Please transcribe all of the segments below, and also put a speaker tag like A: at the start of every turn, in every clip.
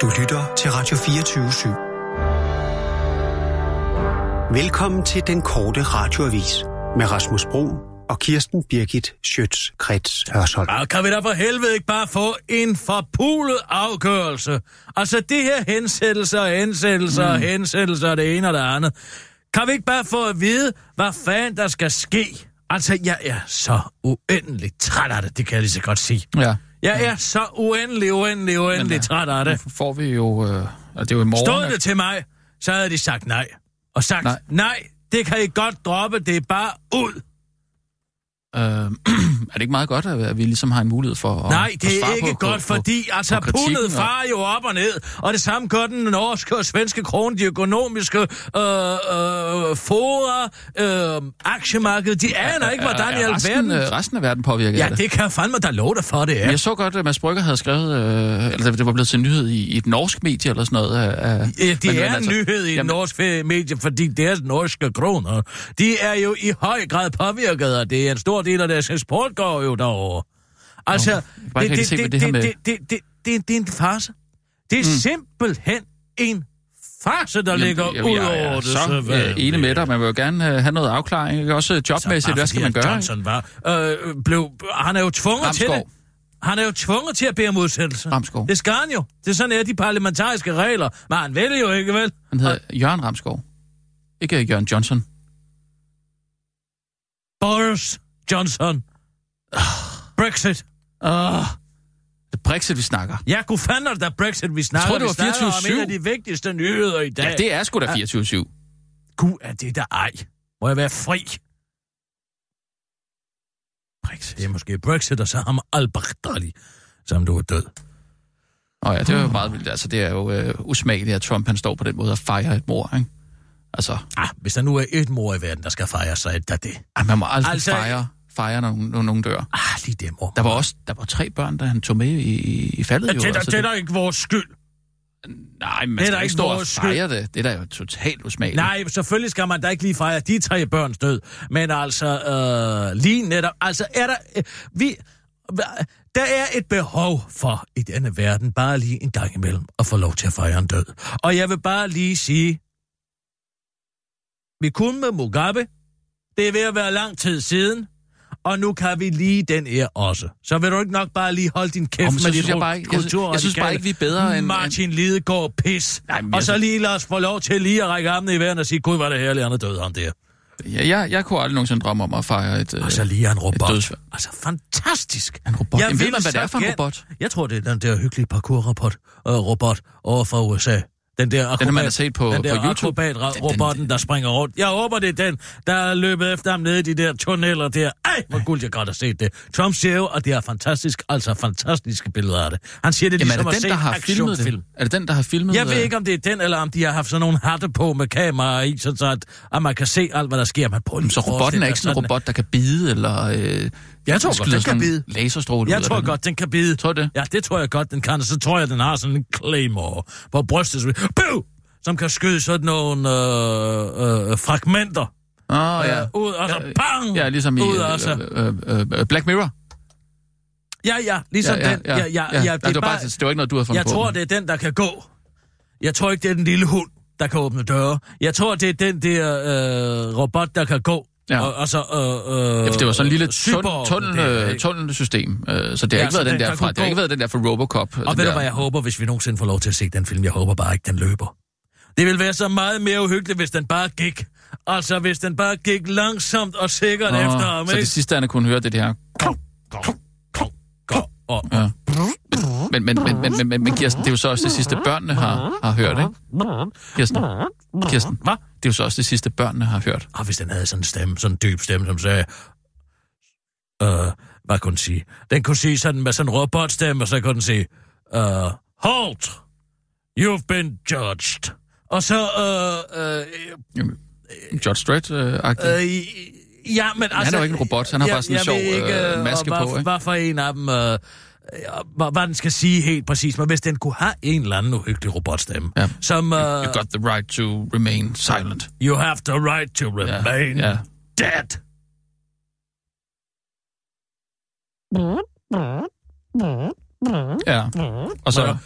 A: Du lytter til Radio 24 /7. Velkommen til den korte radioavis med Rasmus Bro og Kirsten Birgit Schøtz-Krets Hørsholm.
B: Hvad kan vi da for helvede ikke bare få en forpulet afgørelse? Altså det her hensættelser og hensættelser og mm. hensættelser og det ene og det andet. Kan vi ikke bare få at vide, hvad fanden der skal ske? Altså, jeg er så uendeligt træt af det, det kan jeg lige så godt sige.
C: Ja.
B: Jeg er så uendelig, uendelig, uendelig
C: Men, øh,
B: træt af det.
C: Nu får vi jo... Øh, altså, det er jo i morgen.
B: Stod
C: at-
B: det til mig, så havde de sagt nej. Og sagt, nej,
C: Nej.
B: nej det kan I godt droppe, det er bare ud.
C: Øh, er det ikke meget godt, at at vi ligesom har en mulighed for at
B: Nej,
C: at
B: det er
C: svare
B: ikke
C: på,
B: godt,
C: på,
B: fordi
C: på,
B: altså
C: på kritikken
B: pundet farer jo op og ned, og det samme gør den norske og svenske krone, de økonomiske øh, øh, fora, øh, aktiemarkedet, de aner ikke,
C: Er-
B: hvordan i
C: er resten,
B: alverden...
C: øh, resten af verden påvirket
B: Ja,
C: af det.
B: det kan jeg fandme da love dig for, det
C: Men
B: er.
C: Jeg så godt, at Mads Brygger havde skrevet, øh, eller det var blevet til nyhed i, i et norsk medie eller sådan noget. Øh, øh,
B: Ja, det er en nyhed i jamen, norsk medie, fordi deres norske kroner, de er jo i høj grad påvirket, og det er en stor del af deres eksport går jo derover. Altså,
C: bare
B: det,
C: ikke rigtig
B: det,
C: se, hvad
B: det,
C: det har
B: det,
C: med-
B: det, det, det, det, det er en farse. Det er mm. simpelthen en farse, der jamen, ligger ud over det.
C: så øh, enig med dig. Man vil jo gerne øh, have noget afklaring. ikke? Også øh, jobmæssigt, hvad skal man gøre? ikke?
B: Johnson var, øh, blev, han er jo tvunget til det.
C: Ramskov.
B: Han er jo tvunget til at bede om udsættelse.
C: Ramskov.
B: Det skal han jo. Det er sådan, er de parlamentariske regler. Men han vælger jo ikke, vel?
C: Han hedder Jørgen Ramskov. Ikke øh, Jørgen Johnson.
B: Boris Johnson. Brexit.
C: Åh, det er Brexit, vi snakker.
B: Ja, kunne fanden er det da Brexit, vi snakker.
C: tror, det
B: Vi
C: var
B: snakker om
C: 24/7.
B: en af de vigtigste nyheder i dag.
C: Ja, det er sgu da 24-7.
B: Gud, er det der ej. Må jeg være fri? Brexit. Det er måske Brexit, og så ham Albert Dali, som du er død.
C: Nå ja,
B: Ah.
C: det er jo meget vildt. Altså, det er jo øh, usmageligt, at Trump han står på den måde og fejrer et mor, ikke? Altså,
B: Ah, hvis der nu er et mor i verden, der skal fejre, så er det da det.
C: ej, man må aldrig
B: Altså-
C: altså... fejre, fejre når, nogen- når nogen dør.
B: Ah, lige det, mor.
C: Der var også der var tre børn, der han tog med i, i- i faldet.
B: det,
C: jo,
B: er da-
C: altså,
B: det er da ikke vores skyld.
C: Nej, man
B: det er da
C: det skal
B: ikke
C: ikke stå og
B: vores skyld.
C: fejre det. Det er da jo totalt usmageligt.
B: Nej, selvfølgelig skal man da ikke lige fejre de tre børns død. Men altså, øh, lige netop... Altså, er der... Øh, vi... hva- Der er et behov for i denne verden bare lige en gang imellem at få lov til at fejre en død. Og jeg vil bare lige sige... Vi kunne med Mugabe. Det er ved at være lang tid siden. Og nu kan vi lige den her også. Så vil du ikke nok bare lige holde din kæft
C: Åh,
B: oh,
C: men så
B: med
C: synes
B: dit
C: jeg
B: ru-
C: bare ikke- jeg synes- jeg synes bare
B: kulturradikale
C: ikke, vi er bedre end-
B: Martin Lidegaard pis.
C: Nej, men
B: og
C: jeg
B: så
C: synes-
B: lige lad os få lov til lige at række armene i vejret og sige, gud, var det herligt, han er død, han der.
C: Jeg, jeg, jeg kunne aldrig nogensinde drømme om at fejre et... Øh,
B: Og så lige er en robot.
C: dødsfald.
B: Altså, fantastisk.
C: En robot. Jamen, ved
B: vil
C: man, hvad det
B: så
C: er
B: Ligesom
C: for en
B: gerne-
C: robot?
B: Jeg tror, det er den der hyggelige parkour-robot øh, robot over fra USA. Den der akrobat,
C: Den, man har set på-
B: den der
C: på YouTube.
B: akrobat-robotten,
C: Den- den-
B: der springer rundt. Jeg håber, det er den, der er løbet efter ham nede i de der tunneller der. Ej, hvor guld, jeg godt har set det. Trump siger jo, og det er fantastisk, altså fantastiske billeder af det. Han siger det
C: Jamen, er
B: ligesom
C: det
B: at
C: den,
B: se
C: der
B: en
C: har filmet
B: actionfilm.
C: det? Er det den, der har filmet
B: Mm. Jeg ved
C: øh,
B: ikke, om det er den, eller om de har haft sådan nogle hatte på med kameraer i, sådan så at, at man kan se alt, hvad der sker. Man prøver lige
C: Så
B: at
C: robotten
B: forestille
C: er ikke sådan en
B: sig
C: robot, der kan bide, eller... Øh,
B: Jeg tror godt,
C: skyder
B: den
C: sådan
B: kan
C: en Laserstråle
B: Jeg
C: ud af
B: tror
C: den.
B: godt, den kan bide.
C: Tror du det?
B: Ja, det tror jeg godt, den kan. Og så tror jeg, den har sådan en claymore på brystet, som, Pew! som kan skyde sådan nogle øh, øh, fragmenter
C: Åh, oh, ja.
B: øh, ud, og så bang!
C: Ja, ligesom i
B: ud,
C: øh,
B: og så,
C: øh, øh, øh, Black Mirror.
B: ja, ja, ligesom den. Ja, ja, ja, ja,
C: det, var bare, det var ikke noget, du havde fundet
B: Jeg
C: på.
B: tror, det er den, der kan gå. Jeg tror ikke, det er den lille hund, der kan åbne døre. Jeg tror, det er den der øh, robot, der kan gå.
C: Ja.
B: Og, og så, øh, øh,
C: Ja, for det var sådan en lille
B: cyborg-
C: tun- tunnel,
B: der,
C: øh,
B: ikke?
C: tunnelsystem, øh, så det har
B: Ja,
C: ikke
B: så
C: været den
B: den
C: der
B: kan
C: fra,
B: kunne
C: det har
B: gå.
C: ikke været den der fra
B: Og
C: Robocop. den
B: ved du,
C: der,
B: hvad jeg håber, hvis vi nogensinde får lov til at se den film? Jeg håber bare ikke, den løber. Det ville være så meget mere uhyggeligt, hvis den bare gik. Altså, hvis den bare gik langsomt og sikkert oh, efter ham,
C: Åh, så
B: ikke?
C: det sidste, han kunne høre, det er det her.
B: Gå og
C: Ja. Men, men, men, men, men, men, men Kirsten, det er jo så også det sidste, børnene har, har hørt, ikke? Kirsten, Kirsten,
B: Hvad?
C: det er jo så også det sidste, børnene har hørt.
B: Og Ah, hvis den havde sådan en stemme, sådan en dyb stemme, som sagde... Øh, hvad kunne den sige? Den kunne sige sådan med sådan en robotstemme, og så kunne den sige... Øh, halt! You've been judged. Og så... Øh, øh,
C: Jamen, George Strait-agtigt.
B: øh, øh, ja, men altså...
C: er jo ikke en robot, han har bare sådan en
B: jeg
C: sjov,
B: ved
C: øh, maske
B: og hvad,
C: på, ikke?
B: Hvad for en af dem... Øh, hvad, hvad den skal sige helt præcis, men hvis den kunne have en eller anden uhyggelig robotstemme,
C: Ja.
B: som uh,
C: You got the right to remain silent.
B: you have the right to
C: Ja,
B: remain
C: ja.
B: dead.
C: ja. Og så,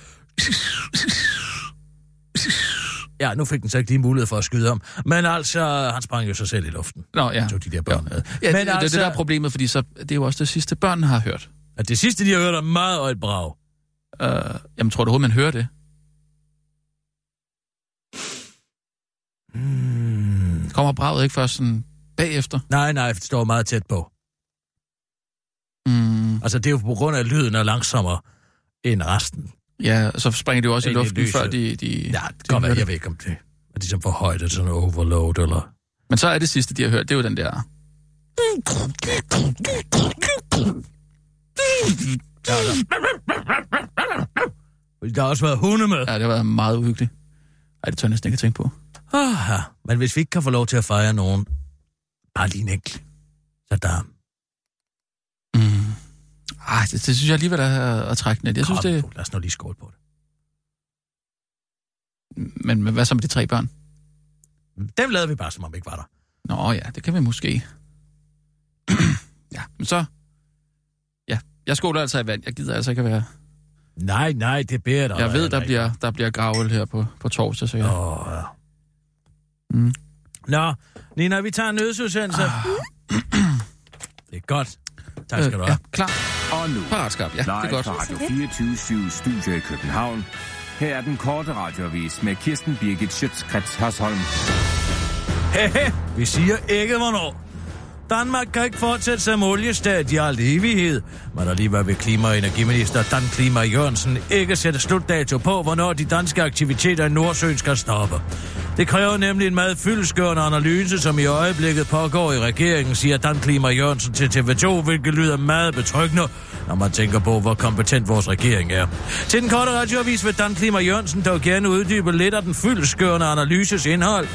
B: Ja, nu fik den så ikke lige mulighed for at skyde om. Men altså, han sprang jo sig selv i luften.
C: Nå, ja.
B: Han tog de der børn med.
C: Ja,
B: Men
C: Men det, altså... det, det der er problemet, fordi så, det er jo også det sidste, børnene har hørt.
B: at det sidste, de har hørt, er meget og et brag.
C: Øh, jamen, tror du overhovedet, man hører det?
B: Hmm.
C: Mm. Kommer braget ikke først sådan bagefter?
B: Nej, nej, det står meget tæt på.
C: Mm.
B: Altså, det er jo på grund af, at lyden er langsommere end resten.
C: Ja, så springer de jo også i
B: Ind i
C: luften,
B: lyset.
C: før de... de
B: Ja, det kan godt
C: hører
B: være, jeg ved ikke, om det er ligesom for højt, eller sådan noget overload, eller...
C: Men så er det sidste, de har hørt, det er jo den der...
B: Fordi Der har også været hunde med.
C: Ja, det har været meget uhyggeligt. Ej, det tør jeg næsten ikke at tænke på.
B: Ah, ja. men hvis vi ikke kan få lov til at fejre nogen, bare lige en enkelt. Saddam.
C: Mm. Ej, det, det, synes jeg alligevel er at trække net. Jeg synes,
B: Kom,
C: det...
B: Bo, Lad os nu lige skåle på det.
C: Men, men hvad så med de tre børn?
B: Dem lavede vi bare, som om vi ikke var der.
C: Nå ja, det kan vi måske. ja, men så... Ja, jeg skåler altså i vand. Jeg gider altså ikke at være...
B: Nej, nej, det beder dig.
C: Jeg ved, der bliver, der bliver gravel her på, på torsdag, så jeg...
B: Åh, ja.
C: Mm.
B: Nå, Nina, vi tager en nødsudsendelse. Ah. Det er godt. Tak skal du
C: Øh, ja,
B: have.
C: klar.
D: Og nu,
C: Paratskab. Ja, det er
D: live
C: godt.
D: fra Radio 24 Studio i København. Her er den korte radiovis med Kirsten Birgit Schøtzgrads Hasholm.
B: Hehe, vi siger ikke hvornår. Danmark kan ikke fortsætte som oliestat i al evighed, men alligevel vil klima- og energiminister Dan Klima Jørgensen ikke sætte slutdato på, hvornår de danske aktiviteter i Nordsøen skal stoppe. Det kræver nemlig en meget fyldskørende analyse, som i øjeblikket pågår i regeringen, siger Dan Klima Jørgensen til TV2, hvilket lyder meget betryggende, når man tænker på, hvor kompetent vores regering er. Til den korte radioavis vil Dan Klima Jørgensen dog gerne uddybe lidt af den fyldskørende analyses indhold.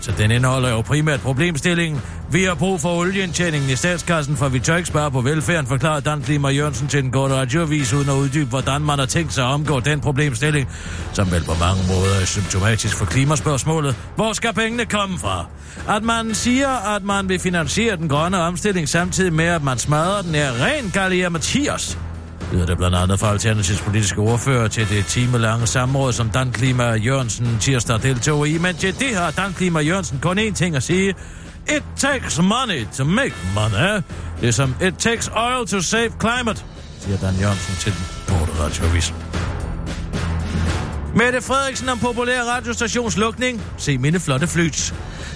B: Så den indeholder jo primært problemstillingen. Vi har brug for olieindtjeningen i statskassen, for vi tør ikke spare på velfærden, forklarer Dan Klima Jørgensen til den korte radioavis, uden at uddybe, hvordan man har tænkt sig at omgå den problemstilling, som vel på mange måder er symptomatisk for klimaspørgsmålet. Hvor skal pengene komme fra? At man siger, at man vil finansiere den grønne omstilling, samtidig med, at man smadrer den, er ren Galia Mathias lyder det blandt andet fra Alternativets politiske ordfører til det timelange samråd, som Dan Klima Jørgensen tirsdag deltog i. Men til det har Dan Klima Jørgensen kun én ting at sige. It takes money to make money. Ligesom it takes oil to save climate, siger Dan Jørgensen til den korte radioavis. Mette Frederiksen om populær radiostations lukning. Se mine flotte flyts.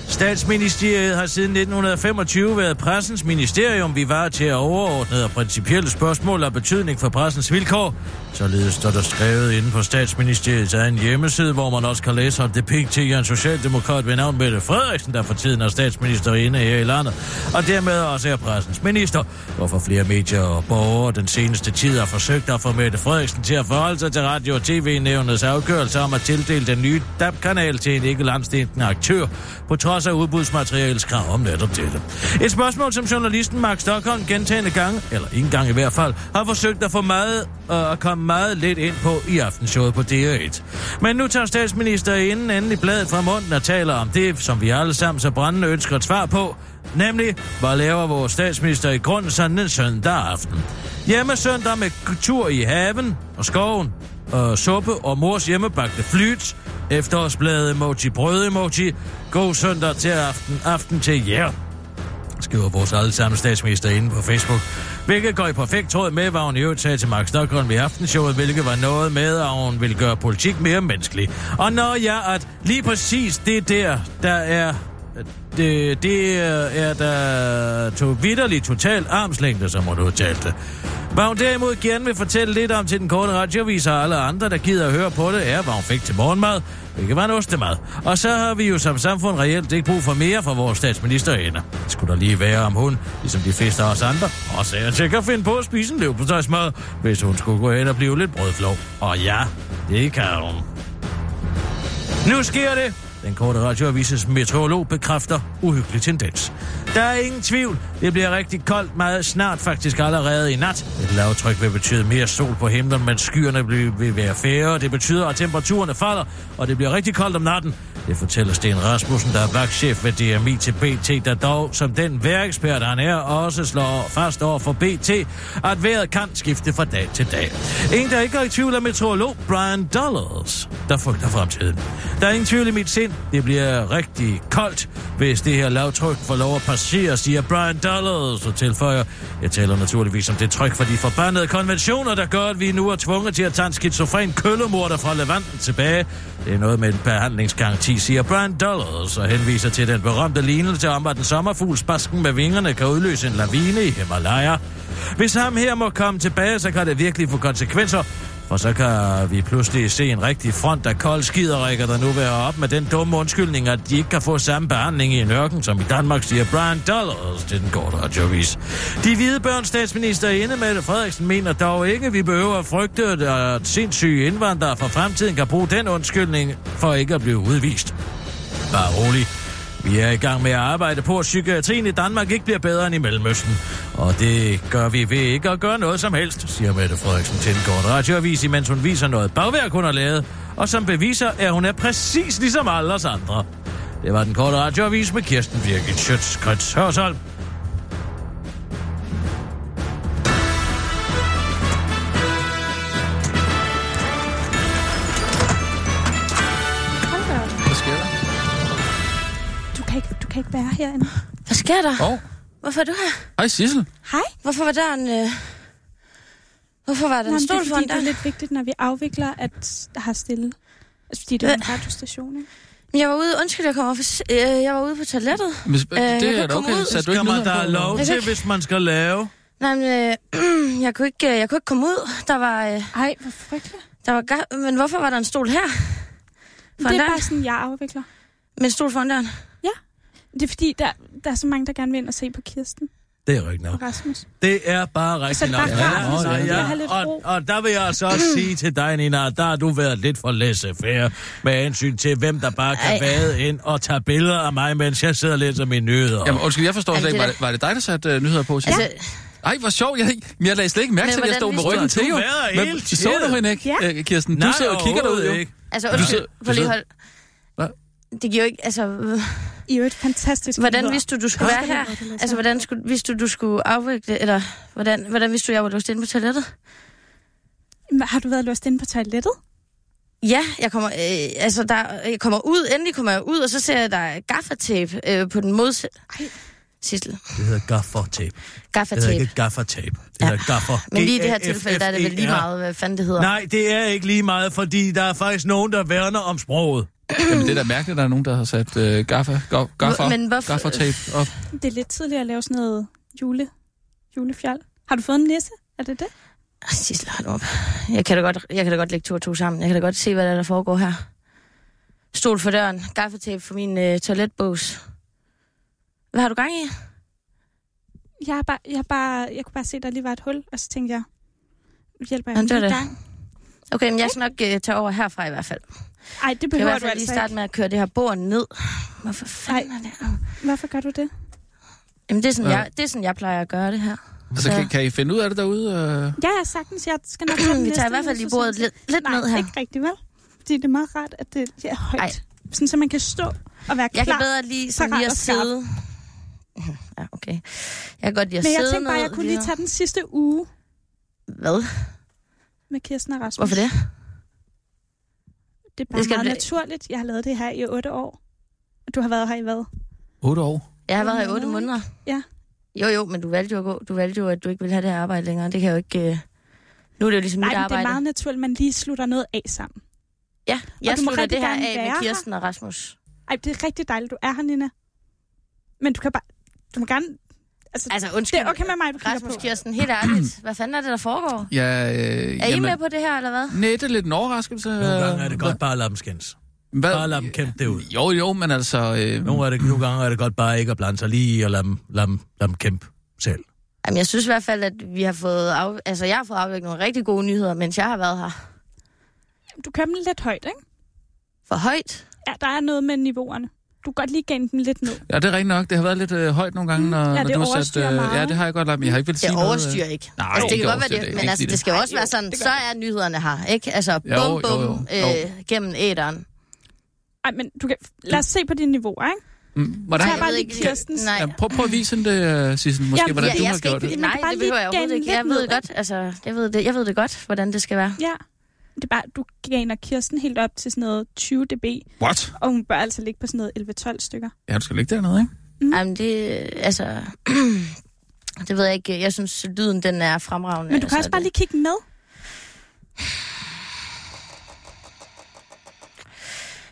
B: Statsministeriet har siden 1925 været pressens ministerium. Vi var til at overordnede og principielle spørgsmål af betydning for pressens vilkår. Således står der skrevet inde på statsministeriets egen hjemmeside, hvor man også kan læse om det pigt en socialdemokrat ved navn Mette Frederiksen, der for tiden er statsministerinde her i landet, og dermed også er pressens minister, hvorfor flere medier og borgere den seneste tid har forsøgt at få Mette Frederiksen til at forholde sig til radio- og tv-nævnets afgørelse om at tildele den nye DAB-kanal til en ikke landstændende aktør, på trods af udbudsmaterialets krav om netop dette. Et spørgsmål, som journalisten Mark Stockholm gentagende gange, eller en gang i hvert fald, har forsøgt at få meget og at komme meget lidt ind på i aftenshowet på DR1. Men nu tager statsministerinden endelig bladet fra munden og taler om det, som vi alle sammen så brændende ønsker et svar på, nemlig, hvad laver vores statsminister i grunden sådan en søndag aften? Hjemme søndag med tur i haven og skoven, og suppe og mors hjemmebagte flyt, efterårsblade emoji, brød emoji, god søndag til aften, aften til jer. Yeah skriver vores allesammen statsminister inde på Facebook. Hvilket går i perfekt tråd med, hvad hun i øvrigt sagde til Mark Stockholm i aftenshowet, hvilket var noget med, at hun ville gøre politik mere menneskelig. Og når jeg at lige præcis det der, der er det, det er der to vidderlig total armslængde, som hun udtalte. det. Hvad hun derimod gerne vil fortælle lidt om til den korte radiovis og alle andre, der gider at høre på det, er, hvad hun fik til morgenmad, hvilket var en ostemad. Og så har vi jo som samfund reelt ikke brug for mere fra vores statsministerinde. Skulle der lige være om hun, ligesom de fleste af os andre, også er til at finde på at spise en leverpostejsmad, hvis hun skulle gå hen og blive lidt brødflov. Og ja, det kan hun. Nu sker det! Den korte radioavises meteorolog bekræfter uhyggelig tendens. Der er ingen tvivl. Det bliver rigtig koldt meget snart, faktisk allerede i nat. Et lavtryk vil betyde mere sol på himlen, men skyerne vil vil være færre. Det betyder, at temperaturen temperaturen falder, og det bliver rigtig koldt om natten. Det fortæller Sten Rasmussen, der er vagtchef ved DMI til BT, der dog, som den værekspert han er, også slår fast over for BT, at vejret kan skifte fra dag til dag. En, der ikke er i tvivl er meteorolog Brian Dollars, der frygter fremtiden. Der er ingen tvivl i mit sind. Det bliver rigtig koldt, hvis det her lavtryk får lov at passere, siger Brian Dollars og tilføjer. Jeg taler naturligvis om det tryk fra de forbandede konventioner, der gør, at vi nu er tvunget til at tage en skizofren køllemorder fra Levanten tilbage. Det er noget med en behandlingsgaranti, siger Brian Dollars og henviser til den berømte lignelse om, at en sommerfugls basken med vingerne kan udløse en lavine i Himalaya. Hvis ham her må komme tilbage, så kan det virkelig få konsekvenser. For så kan vi pludselig se en rigtig front af koldskiderikker, der nu være op med den dumme undskyldning, at de ikke kan få samme behandling i en ørken, som i Danmark, siger Brian Dollars til den korte radiovis. De hvide børns statsminister inde Mette Frederiksen mener dog ikke, at vi behøver at frygte, at sindssyge indvandrere fra fremtiden kan bruge den undskyldning for ikke at blive udvist. Bare rolig. Vi er i gang med at arbejde på, at psykiatrien i Danmark ikke bliver bedre end i Mellemøsten. Og det gør vi ved ikke at gøre noget som helst, siger Mette Frederiksen til en kort radioavis, imens hun viser noget bagværk, hun har lavet, og som beviser, at hun er præcis ligesom alle os andre. Det var den korte radioavis med Kirsten Birgit Schøtz-Krets Hørsholm.
E: Hold da op.
C: Hvad sker der?
E: Du kan ikke, du kan ikke være herinde.
F: Hvad sker der?
C: Åh, oh.
F: Hvorfor er du her?
C: hej Sissel.
E: Hej.
F: Hvorfor var der en... Øh... Hvorfor var der
E: Nå, men
F: en
E: det er
F: stol
E: fordi,
F: foran
E: det er
F: dig?
E: lidt vigtigt, når vi afvikler, at der har stille. Altså, fordi det er
F: Hvad?
E: en radiostation, ikke?
F: Men Jeg var ude... Undskyld, jeg kommer for... s- Øh, jeg var ude på toilettet.
C: Hvis, øh,
F: jeg
C: det
F: kan
C: er da
F: komme
C: okay,
F: ud.
C: så du
B: Skal
C: ikke
B: man der
C: nyheder
B: er
C: på?
B: lov
F: Jeg
B: til,
F: kan-
B: hvis man skal lave?
F: Nej, men øh, jeg, kunne ikke, øh, jeg kunne ikke komme ud. Der var, øh,
E: Ej, hvor frygteligt.
F: der var ga- Men hvorfor var der en stol her? Foran
E: Det er
F: døren?
E: bare sådan, jeg afvikler.
F: Med en stol foran døren?
E: Det er fordi, der, der er så mange, der gerne vil ind og se på Kirsten
B: Det er rigtigt nok.
E: og Rasmus.
B: Det er bare
E: Så
F: Altså,
B: rigtig
E: det er
B: nok.
E: bare rart, hvis
C: nå,
E: man
C: ja,
E: vil
C: ja.
E: have lidt
B: og,
E: ro.
B: og der vil jeg så også sige til dig, Nina, der har du været lidt for laissez-faire med hensyn til, hvem der bare kan
F: Ej.
B: vade ind og tage billeder af mig, mens jeg sidder og læser mine nyheder.
C: Jamen, undskyld, jeg forstår
F: Jamen,
C: slet ikke.
F: det
C: Var
F: er
C: det, var det dig, der satte øh, nyheder på? Sissel?
F: Altså,
C: Ej, hvor sjovt. Jeg, men jeg lagde slet ikke mærke
F: Men
C: til, at jeg
F: hvordan
C: stod med
F: vidste du,
C: ryggen
F: at
C: til,
B: du
C: jo.
B: været hele
C: Men så
B: tiden?
C: du hende ikke,
E: Ja.
C: øh, Kirsten? Du sidder og kigger derud,
B: overhovedet
C: jo.
B: ikke.
F: altså
C: Du
F: undskyld,
C: sidder- du
F: prøv lige
C: sidder-
F: hold.
C: Hvad?
F: Det giver jo ikke... Altså, øh,
E: I er jo et fantastisk
F: hvordan
E: nyheder.
F: vidste du, du skulle være
E: Skal
F: her?
E: vi lade det læse op?
F: Altså, hvordan skulle, vidste du, du skulle afvikle... Eller, hvordan, hvordan vidste du, jeg var låst inde på toilettet?
E: Jamen, Har du været låst inde på toilettet?
F: Ja, jeg kommer, øh, altså der, jeg kommer ud, endelig kommer jeg ud, og så ser jeg, at der er gaffatape øh, på den modsatte. Sissel,
B: Det hedder gaffertape. Det hedder
F: gaffatape.
B: ikke gaffertape. Det
F: Ja.
B: hedder gaffer.
F: Men lige i det her
B: G-A-F-F-E-R.
F: tilfælde, der er det vel lige meget, hvad fanden det hedder.
B: E Nej, det er ikke lige meget, fordi der er faktisk nogen, der værner om sproget.
C: Jamen, det er da mærkeligt, at der er nogen, der har sat øh, gaffa, ga- gaffa,
F: men hvorfor-
C: gaffatape op.
E: Det er lidt tidligt at lave sådan noget jule, julefjol. Har du fået en nisse? Er det det?
F: Ah, Sissel, hold nu op. Jeg kan, da godt, jeg kan da godt lægge to og to sammen. Jeg kan da godt se, hvad der, er, der foregår her. Stol for døren, gaffatape for min øh, toiletbås. Hvad har du gang i?
E: Jeg, er bare, jeg, er bare, jeg kunne bare se, at der lige var et hul, og så tænkte jeg, nu hjælper jeg
F: Jamen, det
E: ham
F: var
E: lige i
F: det.
E: gang.
F: Okay, men jeg skal nok øh, tage over herfra i hvert fald.
E: Ej, det
F: Jeg kan i
E: behøver
F: hvert
E: du
F: fald lige
E: altså
F: starte
E: ikke.
F: med at køre det her bord ned. Hvorfor fanden er det?
E: Hvorfor gør du det?
F: Jamen, det er, sådan,
C: Ja.
F: jeg, det er sådan, jeg plejer at gøre det her.
C: Altså, kan, kan I finde ud af det derude? Øh?
E: Ja, ja, sagtens. Jeg skal nok tage den
F: Vi
E: næste
F: tager i hvert fald lige
E: nisse,
F: bordet
E: sådan set.
F: lidt, lidt
E: Nej,
F: ned her.
E: ikke rigtigt, vel? Fordi det er meget rart, at det er højt.
F: Ej.
E: Sådan, så man kan stå og være klar.
F: Jeg kan bedre lige,
E: Parat
F: sådan lige at
E: og skarp.
F: sidde. Ja, okay. Jeg kan godt lide at
E: Men jeg
F: sidde
E: tænkte bare, at jeg
F: ned
E: kunne
F: lige
E: lige tage den sidste uge
F: og- Hvad?
E: med Kirsten og Rasmus.
F: Hvorfor det?
E: Det er bare
F: Det
E: det
F: skal
E: skal meget
F: blive-
E: naturligt. Jeg har lavet det her i otte år. Og Du har været her i hvad?
C: 8 år.
F: Jeg har været her i
E: Nå,
F: otte
E: ikke?
F: måneder.
E: Ja.
F: Jo, jo, men du valgte jo at gå. Du valgte jo, at du ikke ville have det her arbejde længere. Det kan jeg jo ikke... øh, Nu er det jo ligesom
E: Nej,
F: mit
E: men det
F: arbejde.
E: er meget naturligt, at man lige slutter noget af sammen.
F: Ja, jeg
E: du må
F: slutter
E: rigtig
F: det her
E: gerne
F: af med
E: være her.
F: Kirsten og Rasmus.
E: Ej, det er rigtig dejligt, du er her, Nina. Men du kan bare... Du må gerne...
F: Altså,
E: Det
F: undskyld.
E: er okay med mig, du kigger
F: Rasmus
E: på.
F: Kirsten, helt ærligt. Hvad fanden er det, der foregår?
C: Ja, øh,
F: Er I med på det her, eller hvad?
C: Nej, det er lidt en overraskelse.
F: Øh.
B: Nogle gange er det godt bare at lade dem skændes.
C: Hvad?
B: Bare lade dem kæmpe det ud.
C: Jo, jo, men altså... Øh,
B: Nogle, er det, nogle gange er det godt bare ikke at blande sig lige i og lade dem, lade dem, lade dem kæmpe selv.
F: Jamen, jeg synes i hvert fald, at vi har fået af... altså, jeg har fået afvækket nogle rigtig gode nyheder, mens jeg har været her.
E: Du kører dem lidt højt, ikke?
F: For højt.
E: Ja, der er noget med niveauerne. Du kan godt lige gænge dem lidt ned.
C: ja, det er rigtigt nok. Det har været lidt øh, højt nogle
F: Mm.
C: gange, når,
E: Ja,
C: når
E: det
C: du har sat... øh,
E: overstyrer meget.
C: ja, det har jeg godt lagt, men jeg har ikke vildt
F: Det
C: sige noget. øh.
F: overstyrer ikke.
C: Nej,
F: altså, det
C: det
F: kan godt være
C: overstyrer
F: det,
C: det.
F: men
C: Ikke
F: altså,
C: lige
F: det skal jo
E: det.
F: også
E: Ej,
F: være
E: jo,
F: sådan,
E: det
F: så
E: gør
F: er nyhederne her, ikke? Altså,
C: Jo,
F: bum,
C: jo,
F: bum,
C: jo.
F: øh, gennem æderen.
E: Ej, men du kan... lad os se på dine niveauer, ikke?
C: Mm, Hvordan,
E: Tag bare
F: ved
E: lige
F: ikke-
E: Kirstens.
F: Nej,
C: ja, prøv, prøv at vise hende det, uh, Sissel, måske,
E: Jamen,
C: hvordan
F: jeg,
C: du
F: jeg
C: har
F: skal
C: gjort
F: ikke,
C: det.
E: det. Man
F: Nej,
E: kan bare
F: det behøver
E: lige
F: jeg overhovedet
E: gane
F: ikke. Jeg
E: lidt
F: ved
E: ned,
F: godt, altså, jeg ved, det, jeg ved det godt, hvordan det skal være.
E: Ja. Det er bare, du gainer Kirsten helt op til sådan noget 20 dB,
C: What?
E: og hun bør altså ligge på sådan noget 11-12 stykker.
C: Ja, du skal ligge dernede, ikke?
E: Mm.
F: Jamen, det, altså, det ved jeg ikke. Jeg synes, lyden, den er fremragende.
E: Men du kan
F: altså,
E: også bare
F: det-
E: lige kigge med.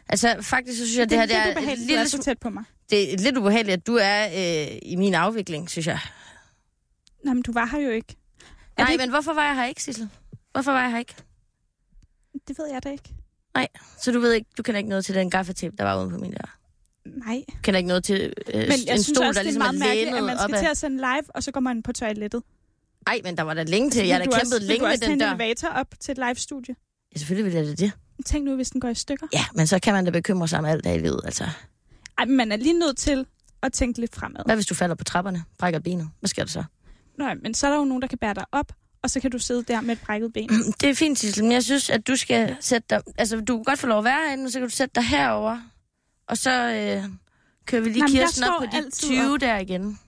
F: Altså, faktisk så synes jeg, det, her det
E: lidt
F: er, et
E: ubehageligt, du
F: lille,
E: er så
F: sm-
E: tæt på mig.
F: det er lidt ubehageligt, at du er øh, i min afvikling, synes jeg.
E: Nej, men du var her jo ikke. Er
F: Nej,
E: det, ikke-
F: men hvorfor var jeg her ikke, Sissel? Hvorfor var jeg her ikke?
E: det ved jeg da ikke.
F: Så du ved ikke, du kender ikke noget til den gaffatape, der var ude på min dør.
E: Nej,
F: Du kender ikke noget til øh,
E: men jeg
F: en
E: synes også,
F: stol, der
E: det er
F: ligesom
E: meget mærkeligt, at man
F: lænet op
E: skal til at sende live, og så går man på toilettet.
F: Ej, men der var der længe til. Jeg har da
E: Vil du
F: kæmpet
E: også, vil
F: længe
E: du
F: med
E: også tage
F: den
E: en
F: dør.
E: elevator op til et live-studie?
F: Ja, selvfølgelig ville jeg da det.
E: Tænk nu, hvis den går i stykker.
F: Ja, men så kan man da bekymre sig om alt her i livet, altså.
E: Ej, men man er lige nødt til at tænke lidt fremad.
F: Hvad hvis du falder på trapperne, brækker benet? Hvad sker der så?
E: Nej, men så er der jo nogen, der kan bære dig op, og så kan du sidde der med et brækket ben.
F: Det er fint, Sissel, men jeg synes, at du skal sætte dig... Altså, du kan godt få lov at være herinde, men så kan du sætte dig herover og så øh, kører vi lige
E: Jamen, jeg
F: Kirsten op
E: står
F: på de
E: altid
F: 20 op. der igen.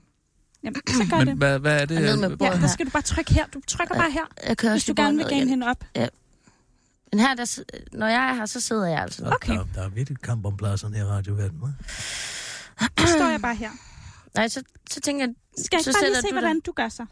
E: Jamen, så gør
C: Men
E: det.
C: hvad, hvad er det?
F: Og ned med
C: øh,
E: Ja,
F: bordet
E: der
F: her.
E: skal du bare trykke her. Du trykker bare her,
F: Jeg kører
E: hvis
F: også
E: du
F: lige bordet
E: gerne vil
F: ned
E: gerne
F: igen.
E: hende op.
F: Men her, der, s- når jeg er her, så sidder jeg altså.
B: Der,
E: Okay.
B: der, der er virkelig kamp om pladserne i radioverdenen. hva'?
E: Så står jeg bare her.
F: Nej, så, så tænker jeg...
E: Skal jeg
F: Så
E: ikke bare
F: sætter
E: lige se,
F: du dig.
E: hvordan du gør så?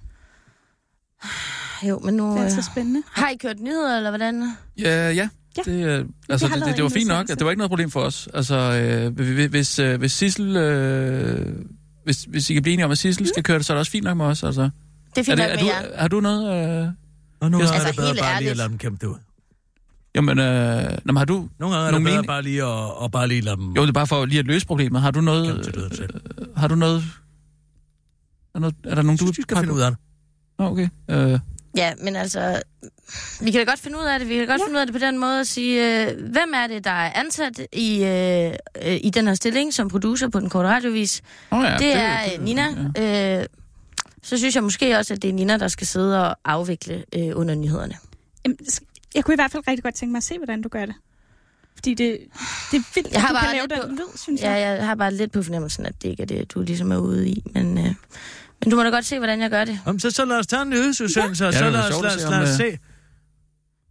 F: Jo, men nu...
E: Det er
F: Øh,
E: altså spændende.
F: har I kørt nyheder, eller hvordan?
C: Ja, ja.
E: Ja.
C: Det, øh, altså,
E: har
C: det,
E: lavet
C: det, det var
E: en
C: fint nok,
E: udsendelse.
C: at det var ikke noget problem for os. Altså, øh, hvi- hvis, øh, hvis Sissel... Øh, hvis, hvis I kan blive enige om, at Sissel skal køre det, så er det også fint nok med os. Altså.
F: Det er
C: Er
F: Mm. fint
C: det,
F: nok
C: er
F: med jer.
C: du, har du noget... Øh,
B: Og nu
C: Jeg-
B: altså, er
F: Altså,
B: det bedre
F: helt
B: bare lige at
F: ærligt.
B: lade dem kæmpe det ud.
C: jamen, øh, jamen, har du...
B: Nogle gange er det
C: Nogle
B: bedre
C: mening-
B: bare lige at, at bare lige lade dem
C: Jo, det er bare for lige at løse problemet. Har du noget...
B: kæmpe til døden selv.
C: øh, Har du noget... Er, noget, er der nogen,
B: Du
C: du...
B: skal finde ud af det.
C: Nå, okay. Øh,
F: Ja, men altså, vi kan da godt finde ud af det. Vi kan da godt ja.
E: Ja.
F: finde ud af det på den måde at sige, øh, hvem er det, der er ansat i, øh, øh, i den her stilling som producer på den korte radiovis?
C: oh, ja,
F: Ja, det, er øh, Nina. Ja. Øh, så synes jeg måske også, at det er Nina, der skal sidde og afvikle øh, under nyhederne.
E: Jamen, sk- Jeg kunne i hvert fald rigtig godt tænke mig at se, hvordan du gør det. Fordi det, det er vildt,
F: Jeg
E: at
F: har
E: du
F: bare
E: kan lave
F: lidt
E: den lyd, synes
F: Ja,
E: jeg.
F: jeg har bare lidt på fornemmelsen, at det ikke er det, du ligesom er ude i. Men, øh, men du må da godt se, hvordan jeg gør det.
B: Jamen, så, så lad os tage en nyhedsudsendelse, og
C: Ja, det
B: så
C: er da
B: lad os,
C: sjovt
B: lad
C: at
B: os,
C: se,
B: lad
C: om,
B: os
C: øh,
B: se.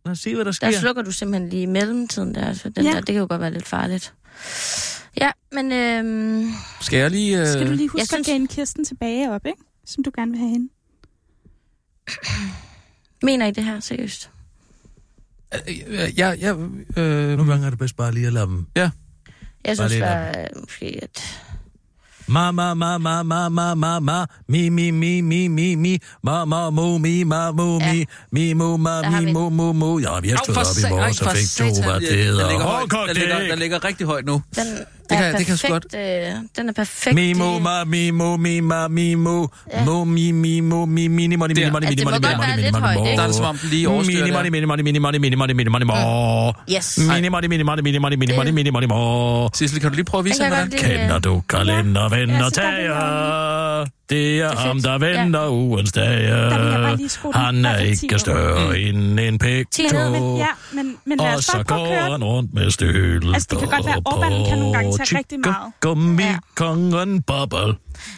B: Lad os se, hvad der
F: Der
B: sker.
F: ja. slukker du simpelthen lige i mellemtiden der, så den ja.
E: Ja.
F: der, det kan jo godt være lidt farligt. Ja, men... Øh,
C: Skal jeg lige... Øh,
E: Skal du lige
F: jeg
E: huske
F: synes-
E: at gane Kirsten tilbage op, ikke? Som du gerne vil have hende.
F: Mener I det her seriøst?
C: Øh, ja, ja, øh,
B: Nogle gange er det bedst bare lige at lade dem
F: Jeg
B: Bare
F: synes
B: lige
F: bare, øh, måske, at...
B: Ma ma ma ma ma ma ma ma mi mi mi mi mi mi ma ma mo mi ma mo
F: Ja.
B: mi mi mo ma
F: Der har vi
B: mi
F: den.
B: mo mo mo ja vi har stået op i morges og fik to
C: Den
B: varteder
C: ligger,
B: og
C: højt. Den ligger, den
B: cocktail
C: ligger rigtig højt nu.
F: Den
C: kan-
F: er
C: det kan jeg sgu
F: perfekt, øh, den er perfekt. øh,
B: mi mo
F: i-
B: ma mi mo mi ma mi mo
F: Ja.
B: mo mi mi mo mi mi ni money
C: Der.
B: mini money
F: Altså,
B: mini
F: det må
B: money
F: godt
B: mini
F: være
B: money
F: lidt
B: mini
F: højt,
B: money
F: ikke?
C: Der er det, som om den lige overstyrer
B: mini
C: det.
B: money mini money mini money mini money mini money mo
C: Mm.
F: Yes.
B: mini money mini money mini money mini money mini money mo
C: Sissel, kan du lige prøve at vise
F: Den
C: ham,
F: kan
C: hvordan?
F: jeg godt øh,
B: Kender du
E: Ja,
B: kalender, og
E: så der vil jeg-
B: tager? Det er
F: er
B: ham,
F: fedt.
B: der vender ugens dage.
E: Der vil jeg bare lige skrue den
B: Han
E: op Mm.
B: er
E: til 10
B: ikke
E: nu.
B: større end en pæk
F: Ti ned,
E: Men,
B: tog.
E: ja, men, men lad
B: Og
E: os
B: så
E: bare prøve at
B: går
E: køre
B: han rundt med støl.
E: Altså, det kan godt være, Orbán kan nogle gange tage rigtig meget.
B: Gummi,
F: Ja.
B: kongen, bobbel.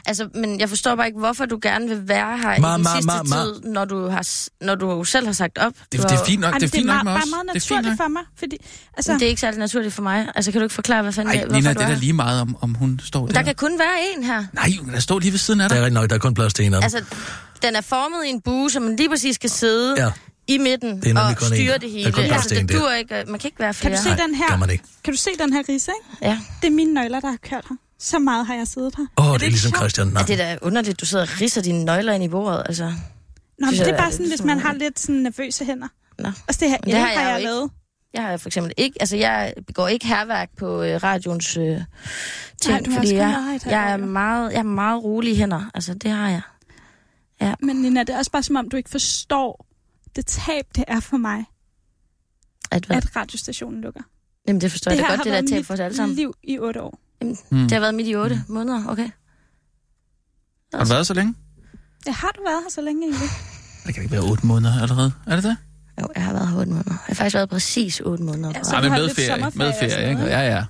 F: Altså, men jeg forstår bare ikke, hvorfor du gerne vil være her
B: Ma,
F: i den
B: ma,
F: sidste
B: ma, ma.
F: tid, når du, har, s- når du jo selv har sagt op.
C: Det,
F: Du
C: det
F: har
C: er
F: jo-
C: fint nok,
E: Ej,
C: det er fint
E: meget,
C: nok med os.
E: bare meget
C: Det er fint
E: naturligt
C: nok.
E: for mig. Fordi, altså,
F: Men det er ikke særlig naturligt for mig. Altså, kan du ikke forklare, hvad fanden,
C: Ej,
F: det- hvorfor
C: Nina,
F: du
C: det er
F: er
C: da lige meget, om, om hun står der.
F: her? Der kan kun være en her.
C: Nej, hun der står lige ved siden af
B: Der
C: dig.
B: er rigtig nok, der er kun plads til en af dem.
F: Altså, den er formet i en bue, som man lige præcis skal sidde
B: Ja.
F: i midten
B: Det er
F: og
B: nemlig kun en.
F: styre
B: Der
F: det
B: er kun
F: hele.
B: plads
F: altså,
B: til en
F: det
B: der.
F: dur ikke. Man kan ikke være flere.
E: kan du se
B: Nej,
E: den her?
B: gør man ikke.
E: Kan du se den her rise, ikke?
F: Ja.
E: Det er mine nøgler, der har kørt her. Så meget har jeg siddet her.
B: Åh, det
E: ikke
B: er ligesom
E: sjovt?
B: Christian. Nå.
F: Det er da underligt, du sidder og ridser dine nøgler ind i bordet, altså.
E: Nå, men
F: synes
E: det
F: jeg
E: er
F: er
E: bare sådan,
F: lidt
E: hvis man
F: sådan-
E: har lidt sådan nervøse hænder.
F: Nå.
E: Og det her
F: det
E: el
F: har
E: har
F: jeg
E: jeg,
F: jo
E: jeg
F: ikke.
E: lavet.
F: Jeg har for eksempel ikke, altså jeg begår ikke herværk på øh, radioens øh,
E: Nej,
F: ting,
E: du har
F: fordi
E: også kun
F: jeg,
E: meget herværk,
F: jeg, er
E: ja.
F: meget, jeg er meget rolig hænder, altså det har jeg.
E: Men Nina, det er også bare som om, du ikke forstår det tab, det er for mig,
F: At, hvad?
E: at radiostationen lukker.
F: Jamen det forstår det jeg da
E: her
F: godt,
E: har
F: det der
E: været
F: tab
E: mit
F: for os alle sammen.
E: liv i otte år.
C: Mm.
F: Det har været midt i otte måneder, okay.
C: Har du været så længe?
E: Ja, har du været her så længe egentlig?
C: Det kan ikke være otte måneder allerede. Er det det?
F: Jo, jeg har været her otte måneder. Jeg har faktisk været præcis otte måneder.
E: Ja,
F: på
E: så-
F: radioen.
E: du har lidt sommerferie og sådan noget,
C: Ja, ja.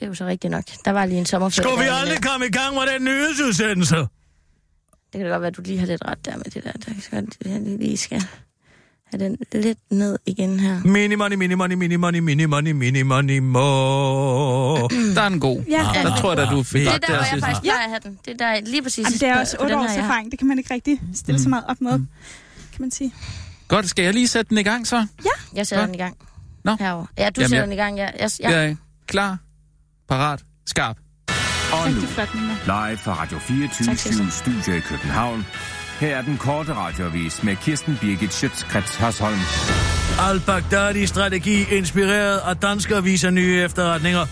F: Det er jo så rigtigt nok. Der var lige en sommerferie.
B: Skulle vi
F: der, men,
B: aldrig
F: øh,
B: komme i gang med den nyhedsudsendelse?
F: Det kan da godt være, at du lige har lidt ret der med det der. Der kan godt, at jeg lige skal have den lidt ned igen her.
B: Mini money, mini money, mini money, mini money, mini money, mo.
C: Der er en god.
E: Ja,
B: Ah,
E: ah,
C: Der tror jeg da, du fik
B: Det er
F: Det er
C: ret
F: der, hvor jeg
C: sidst.
F: faktisk plejer at have den. Det er der lige præcis
E: Jamen, det er
F: på-
E: også
F: på
E: otte
F: den
E: års
F: her, jeg Mm. har.
E: erfaring. Det kan man ikke rigtig stille så meget op med, kan man sige.
C: Godt, skal jeg lige sætte den i gang så?
F: Jeg sætter
C: Nå.
F: den i gang.
C: Nå.
F: Herovre. Ja, du
C: Jamen,
F: sætter
C: jeg-
F: den i gang. Ja, jeg, jeg,
C: Jeg er klar, parat, skarp.
D: Og nu,
E: Rigtig flot, Nina.
D: live fra Radio
F: Tak, Kirsten.
D: 24 Studio i København. Her er den korte radiovis med Kirsten Birgit Schøtzgrads Hasholm.
B: Al-Baghdadi-strategi inspireret af danskere viser nye efterretninger.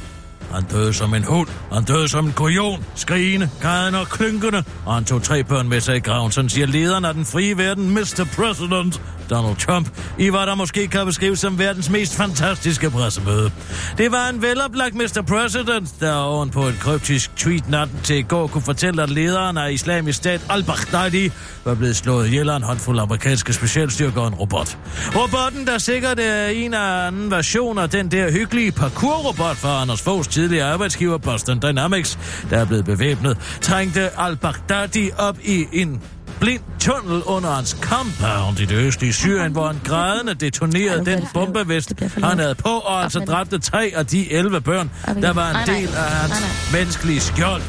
B: Han døde som en hund, han døde som en kujon, skrigende, grædende og klynkende, og han tog tre børn med sig i graven, sådan siger lederen af den frie verden, Mr. President, Donald Trump, i hvad der måske kan beskrives som verdens mest fantastiske pressemøde. Det var en veloplagt Mr. President, der oven på et kryptisk tweet natten til i går kunne fortælle, at lederen af islamisk stat al-Baghdadi var blevet slået ihjel af en håndfuld amerikanske specialstyrker og en robot. Robotten, der sikkert er en af anden version af den der hyggelige parkour-robot fra Anders Foghs tidligere arbejdsgiver Boston Dynamics, der er blevet bevæbnet, trængte al-Baghdadi op i en blind tunnel under hans compound i det østlige Syrien, hvor han grædende
F: Ej, nu
B: detonerede
F: bliver
B: den
F: det for lavt.
B: bombevest,
F: Det bliver for
B: han
F: lavt.
B: havde på, og altså
F: med det.
B: dræbte tre af de 11 børn,
F: Op igen.
B: der var
F: Nej,
B: en
F: nej.
B: del af
F: Nej,
B: hans
F: nej.
B: menneskelige skjold.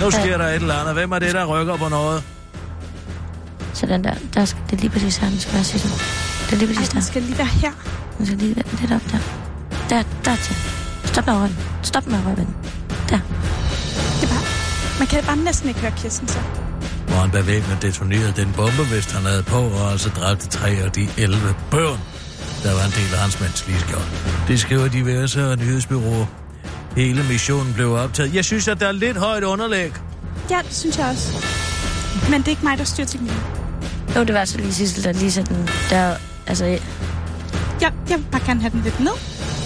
B: Nu sker der et eller andet. Hvem er det, der rykker på noget?
F: Så den der, der skal, det er lige præcis her, den skal være Sissel. Det er lige præcis
E: Ej,
F: der.
E: den skal lige der her.
F: Den skal lige lidt op der. Der, der til. Stop med at røre den. Stop med at røre den. Der.
E: Det er bare... Man kan bare næsten ikke høre Kirsten så.
B: hvor han bevæbnet detonerede den bombevest, han havde på, og altså dræbte tre af de 11 børn, der var en del af hans menneskelige skjold. Det skriver diverse og nyhedsbyråer. Hele missionen blev optaget. Jeg synes, at der er lidt højt underlæg.
E: Ja, det synes jeg også. Men det er ikke mig, der styrer teknikken.
F: Jo, det var så lige Sissel, der lige satte den der. Altså,
E: Jeg, jeg vil bare gerne have den lidt ned.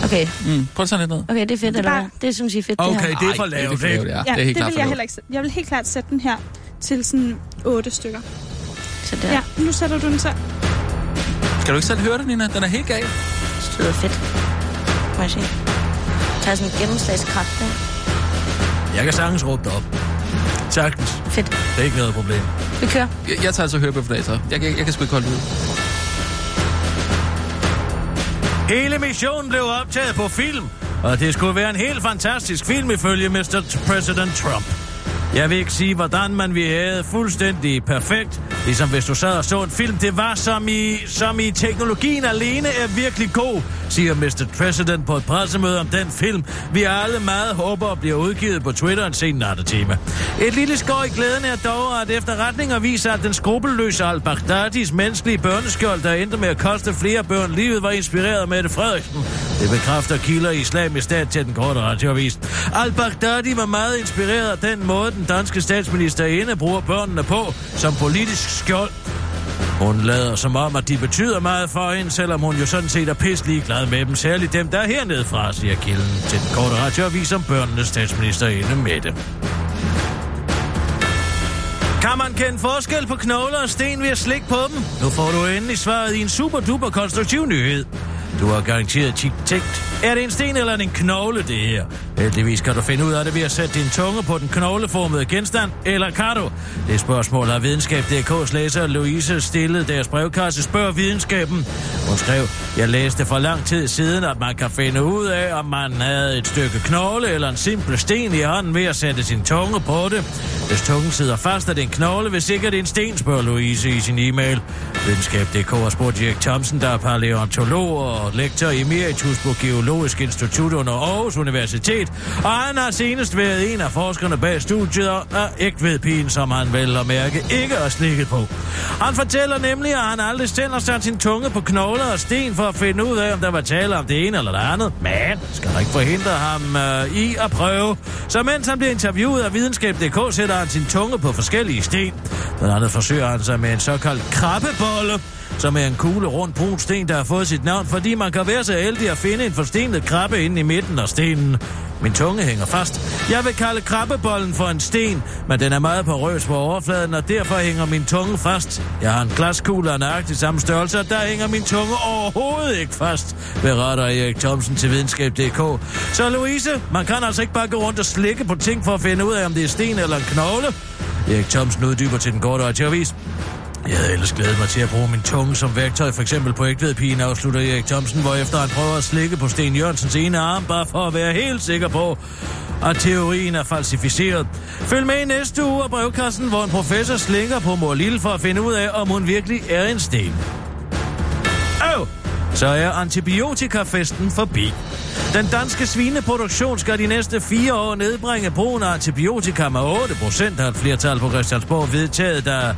F: okay,
C: Mm, prøv at tage lidt ned.
F: okay, det er fedt,
E: er
F: eller
E: bare-
F: hvad? Det synes I er fedt, det
B: Okay,
F: her.
B: det er for
C: Ej,
B: lavt,
C: det er for
B: ikke?
C: lavt, ja. Det er helt
E: det
C: klart
E: vil
C: for
E: jeg
C: lavt.
E: heller ikke sætte. Jeg vil helt klart sætte den her til sådan otte stykker.
F: Så der,
E: Ja, nu sætter du den så.
C: Skal du ikke selv høre den, Nina? Den er helt gal.
F: så det er fedt. Må jeg se.
E: Mm,
F: Tag sådan en gennemslagskraft der.
B: Jeg kan sagtens råbe dig op. Sagtens.
F: Fedt.
B: Det er ikke noget problem.
F: Vi kører.
C: Jeg, jeg tager altså hørebøf i dag, så. Jeg, jeg, jeg kan sgu ikke holde det ud.
B: Hele missionen blev optaget på film, og det skulle være en helt fantastisk film ifølge Mr. T- President Trump. Jeg vil ikke sige, hvordan man vi havde fuldstændig perfekt, ligesom hvis du sad og så en film. Det var som i, som i teknologien alene er virkelig god, siger Mr. President på et pressemøde om den film, vi alle meget håber bliver udgivet på Twitter en sen nattetime. Et lille skår i glæden er dog, at efterretninger viser, at den skrupelløse al-Baghdadis menneskelige børneskjold, der endte med at koste flere børn livet, var inspireret af Mette Frederiksen. Det bekræfter kilder i islamisk stat til den korte radioavis. Al-Baghdadi var meget inspireret af den måde, den danske statsministerinde bruger børnene på som politisk skjold. Hun lader som om, at de betyder meget for hende, selvom hun jo sådan set er pisselig glad med dem, særligt dem, der er hernede fra, siger kilden til den korte radioavis om børnenes statsministerinde Mette. Kan man kende forskel på knogler og sten ved at slikke på dem? Nu får du endelig svaret i en super duper konstruktiv nyhed. Du har garanteret tit tænkt. Er det en sten eller en knogle, det her? Heldigvis kan du finde ud af det ved at sætte din tunge på den knogleformede genstand, eller kan du? Det spørgsmål har videnskab.dk's læser Louise stillet deres brevkasse spørg videnskaben. Hun skrev, jeg læste for lang tid siden, at man kan finde ud af, om man havde et stykke knogle eller en simpel sten i hånden ved at sætte sin tunge på det. Hvis tungen sidder fast, er det en knogle, hvis ikke er det en sten, spørger Louise i sin e-mail. Videnskab.dk har spurgt Dirk Thomsen, der er paleontolog og lektor i emeritus på Geologisk Institut under Aarhus Universitet, og han har senest været en af forskerne bag studiet af ægtvedpigen, som han vel at mærke ikke er slikket på. Han fortæller nemlig, at han aldrig selv har sat sin tunge på knogler og sten for at finde ud af, om der var tale om det ene eller det andet, men skal der ikke forhindre ham øh, i at prøve. Så mens han bliver interviewet af videnskab.dk, sætter han sin tunge på forskellige sten. Blandt andet forsøger han sig med en såkaldt krabbebolle, som er en kugle rundt brun sten, der har fået sit navn, fordi man kan være så heldig at finde en forstenet krabbe inde i midten af stenen. Min tunge hænger fast. Jeg vil kalde krabbebollen for en sten, men den er meget porøs på overfladen, og derfor hænger min tunge fast. Jeg har en glaskugle af nøjagtig samme størrelse, og der hænger min tunge overhovedet ikke fast, beretter Erik Thomsen til videnskab.dk. Så Louise, man kan altså ikke bare gå rundt og slikke på ting for at finde ud af, om det er sten eller en knogle. Erik Thomsen uddyber til den korte radioavis. Jeg havde ellers glædet mig til at bruge min tunge som værktøj, for eksempel på ægtvedpigen, afslutter Erik Thomsen, hvorefter han prøver at slikke på Sten Jørgensens ene arm, bare for at være helt sikker på, at teorien er falsificeret. Følg med i næste uge af brevkassen, hvor en professor slikker på mor Lille for at finde ud af, om hun virkelig er en sten. Øv! Så er antibiotikafesten forbi. Den danske svineproduktion skal de næste fire år nedbringe brugen af antibiotika med 8 procent, har et flertal på Christiansborg vedtaget, der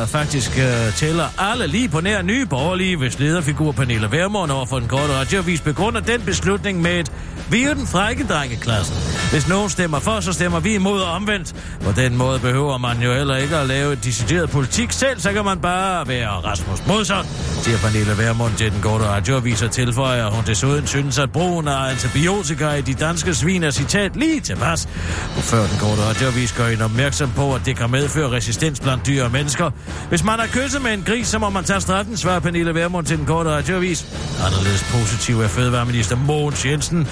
B: øh, faktisk øh, tæller alle lige på nær nye borgerlige, hvis lederfigur Pernille Vermund over for den korte radioavis begrunder den beslutning med et vi er den frække drengeklassen. Hvis nogen stemmer for, så stemmer vi imod og omvendt. På den måde behøver man jo heller ikke at lave et decideret politik selv, så kan man bare være Rasmus Modsson, siger Pernille Vermund til den korte radioavis og tilføjer, at hun desuden synes, at brugen af antibiotika i de danske svin er citat lige til pas. Før den korte radioavis gør en opmærksom på, at det kan medføre resistens blandt dyr og mennesker. Hvis man har kysset med en gris, så må man tage straffen, svarer Pernille Vermund til den korte radioavis. Anderledes positiv er fødevareminister Mogens Jensen,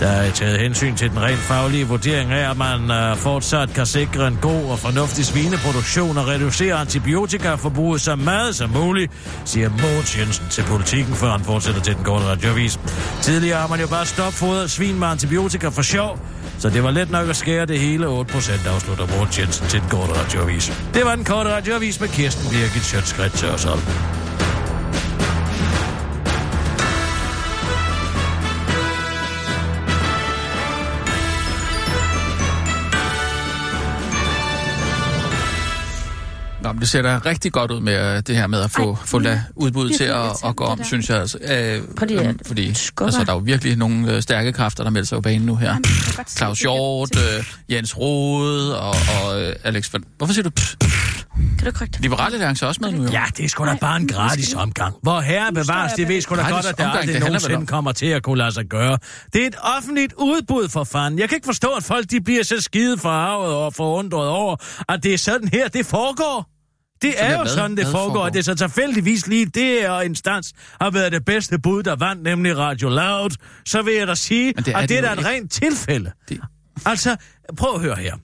B: der er taget hensyn til den rent faglige vurdering af, at man øh, fortsat kan sikre en god og fornuftig svineproduktion og reducere antibiotikaforbruget så meget som muligt, siger Mogens Jensen til politikken, før han fortsætter til den korte radiovis. Tidligere har man jo bare stopfodret svin med antibiotika for sjov, så det var let nok at skære det hele 8% afslutter Mogens Jensen til den korte radiovis. Det var den korte radiovis med Kirsten Birgit Sjøtskridt til os alle.
C: Nå, men det ser da rigtig godt ud med øh, det her med at få,
E: Ej,
C: Ej, få la, udbuddet
E: det
C: til
E: er
C: at,
E: irriterende,
C: at gå om,
E: det der.
C: synes jeg. Altså, øh,
F: Fordi at
C: øhm, fordi
F: skubber.
C: altså, der er jo virkelig nogle øh, stærke kræfter, der melder sig på banen nu her.
E: Jamen, jeg kan godt se,
C: Claus
E: det der-
C: Hjort, øh, Jens Rode og, og øh, Alex... Van... Hvorfor siger du... Pff,
F: Kan du krykke
C: Liberale Alliance er også med nu, jo.
B: Ja, det er sgu da bare en gratis omgang. Hvor herre bevares, det ved sgu da
C: Gratis
B: godt, at det
C: omgang,
B: aldrig
C: det handler vel
B: nogensinde
C: om-
B: kommer til at kunne lade sig gøre. Det er et offentligt udbud for fanden. Jeg kan ikke forstå, at folk de bliver så skide forarvet og forundret over, at det er sådan her, det foregår. Det
C: Sådan
B: er
C: er
B: jo
C: hvad?
B: sådan, det
C: Hvad
B: foregår,
C: foregår?
B: og det er så tilfældigvis lige det her instans har været det bedste bud, der vandt, nemlig Radio Loud. Så vil jeg da sige,
C: Men det er
B: at
C: det
B: det er
C: jo
B: da et
C: ikke.
B: rent tilfælde.
C: Det-
B: Altså, prøv at høre her.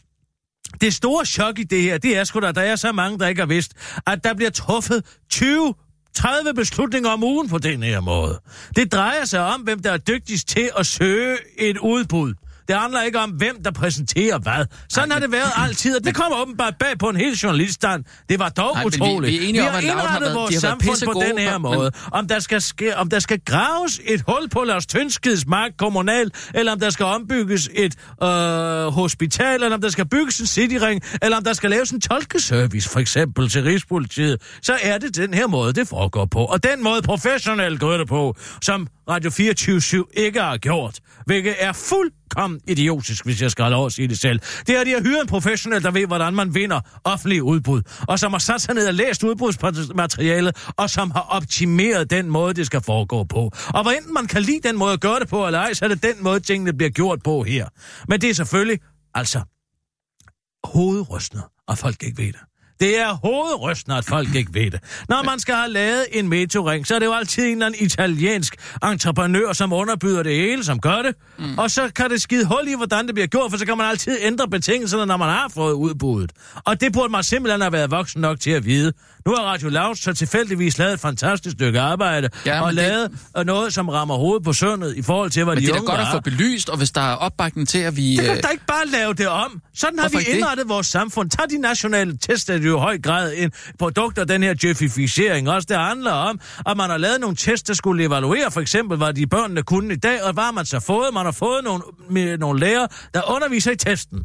B: Det store chok i det her, det er sgu da, der er så mange, der ikke har vidst, at der bliver truffet 20 30 beslutninger om ugen på den her måde. Det drejer sig om, hvem der er dygtigst til at søge et udbud. Det handler ikke om, hvem der præsenterer hvad. Sådan har det været altid, og det kommer åbenbart bag på en hel journaliststand. Det var dog
C: Nej, men vi-
B: utroligt.
C: vi er enige om,
B: har
C: at Lauden har
B: indrettet
C: været-
B: vores
C: de har været
B: samfund på
C: pissegode,
B: den her
C: men-
B: måde. Om der, skal ske, om der skal graves et hul på Lars Tønskeds mark kommunal, eller om der skal ombygges et øh, hospital, eller om der skal bygges en cityring, eller om der skal laves en tolkeservice, for eksempel til Rigspolitiet, så er det den her måde, det foregår på. Og den måde professionelt gør det på, som Radio 24 ikke har gjort, hvilket er fuldkommen idiotisk, hvis jeg skal have lov at sige det selv. Det er, at de har hyret en professionel, der ved, hvordan man vinder offentlige udbud, og som har sat sig ned og læst udbudsmaterialet, og som har optimeret den måde, det skal foregå på. Og hvor enten man kan lide den måde at gøre det på, eller ej, så er det den måde, tingene bliver gjort på her. Men det er selvfølgelig, altså, hovedrystende, at folk ikke ved det. Det er hovedrystende, at folk ikke ved det. Når man skal have lavet en metroring, så er det jo altid en eller anden italiensk entreprenør, som underbyder det hele, som gør det. Mm. Og så kan det skide hul i, hvordan det bliver gjort, for så kan man altid ændre betingelserne, når man har fået udbuddet. Og det burde man simpelthen have været voksen nok til at vide. Nu har Radio Laus så tilfældigvis lavet et fantastisk stykke arbejde,
C: Ja,
B: ja, og
C: men
B: det...
C: det-
B: lavet øh, noget, som rammer hovedet på søndet i forhold til, hvad
C: Men
B: de
C: det er da
B: unge
C: godt at
B: var.
C: få belyst, og hvis der er opbakning til, at vi...
B: Det kan
C: øh,
B: da ikke bare lave det om. Sådan har
C: Hvorfor ikke
B: vi
C: det?
B: indrettet vores samfund. Tag de nationale test, er det jo i høj grad en produkt af den her jeffificering. Også det handler om, at man har lavet nogle test, der skulle evaluere for eksempel, hvad de børnene kunne i dag, og hvad har man så fået. Man har fået nogle, med nogle lærere, der underviser i testen.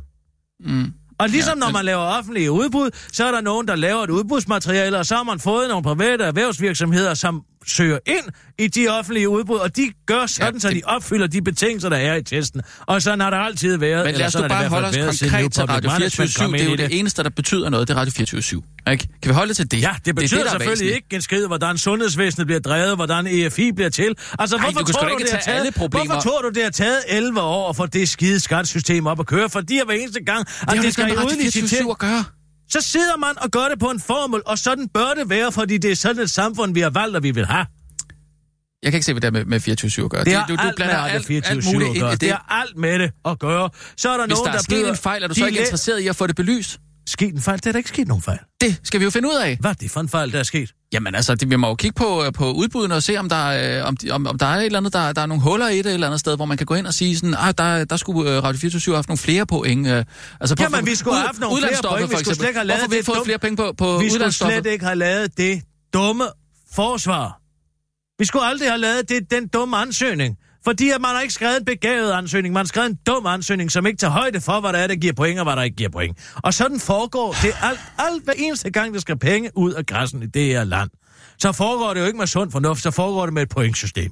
B: Og ligesom ja, når man laver offentlige udbud, så er der nogen, der laver et udbudsmateriale, og så har man fået nogle private erhvervsvirksomheder, som søger ind i de offentlige udbud, og de gør sådan, ja,
C: Ja,
B: det... så de
C: det-
B: opfylder de betingelser, der er i testen. Og sådan har der altid været.
C: Men lad
B: eller
C: os
B: sådan
C: nu
B: har det i
C: bare
B: hvert fald
C: holde os
B: været, siden New
C: konkret til
B: Public
C: Radio
B: Management
C: 24
B: kom
C: Det
B: ind
C: er
B: i
C: jo det eneste, der betyder noget, det er Radio 24 ikke? Kan vi holde det til det?
B: Ja, det betyder
C: er
B: det,
C: der er
B: selvfølgelig
C: væsentligt.
B: ikke en skid, hvordan sundhedsvæsenet bliver drevet, hvordan EFI bliver til. Altså,
C: Ej,
B: hvorfor,
C: du kan sgu
B: tror
C: da
B: du,
C: ikke
B: det har
C: tage alle
B: taget,
C: problemer.
B: hvorfor tror du, det har taget 11 år at få det skide skattesystem op at køre? Fordi at hver eneste gang, at det,
C: Det har
B: det
C: det ikke
B: skal
C: noget med
B: uden
C: Radio 24
B: licitering,
C: at gøre.
B: så sidder man og gør det på en formel, og sådan bør det være, fordi det er sådan et samfund, vi har valgt, og vi vil have.
C: Jeg kan ikke se, hvad det er med, med 24 at gøre.
B: Det har
C: du, du
B: alt med
C: blander alt,
B: Radio
C: alt
B: 24
C: muligt
B: at
C: ind
B: gøre.
C: i
B: Det
C: det.
B: har alt med det at gøre. Så er der
C: Hvis
B: nogen,
C: der er sket
B: bliver-
C: en fejl, er du så
B: de
C: ikke
B: læ-
C: interesseret i at få det belyst?
B: Sket en fejl? Det er der ikke sket nogen fejl.
C: Det skal vi jo finde ud af.
B: Hvad er det for en fejl, der er sket?
C: Jamen altså, det, vi må jo kigge på, øh, på udbuddene og se, om der, øh, om, de- om, om der er et eller andet, der, der er nogle huller i det et eller andet sted, hvor man kan gå ind og sige sådan, ah, der, der skulle øh, Radio 24 have haft nogle flere point. Øh, altså, på-
B: Jamen, vi skulle have haft nogle flere
C: udlandsstoffet,
B: point. Vi
C: for
B: skulle
C: eksempel.
B: slet ikke have lavet
C: Hvorfor har vi
B: det
C: ikke fået
B: dumt-
C: flere penge på, på
B: Vi skulle
C: udlandsstoffet?
B: slet ikke have lavet det dumme forsvar. Vi skulle aldrig have lavet det, den dumme ansøgning. Fordi at man har ikke skrevet en begavet ansøgning, man har skrevet en dum ansøgning, som ikke tager højde for, hvad der er, der giver point, og hvad der ikke giver point. Og sådan foregår det alt, alt hver eneste gang, der skal penge ud af græssen i det her land. Så foregår det jo ikke med sund fornuft, så foregår det med et pointsystem.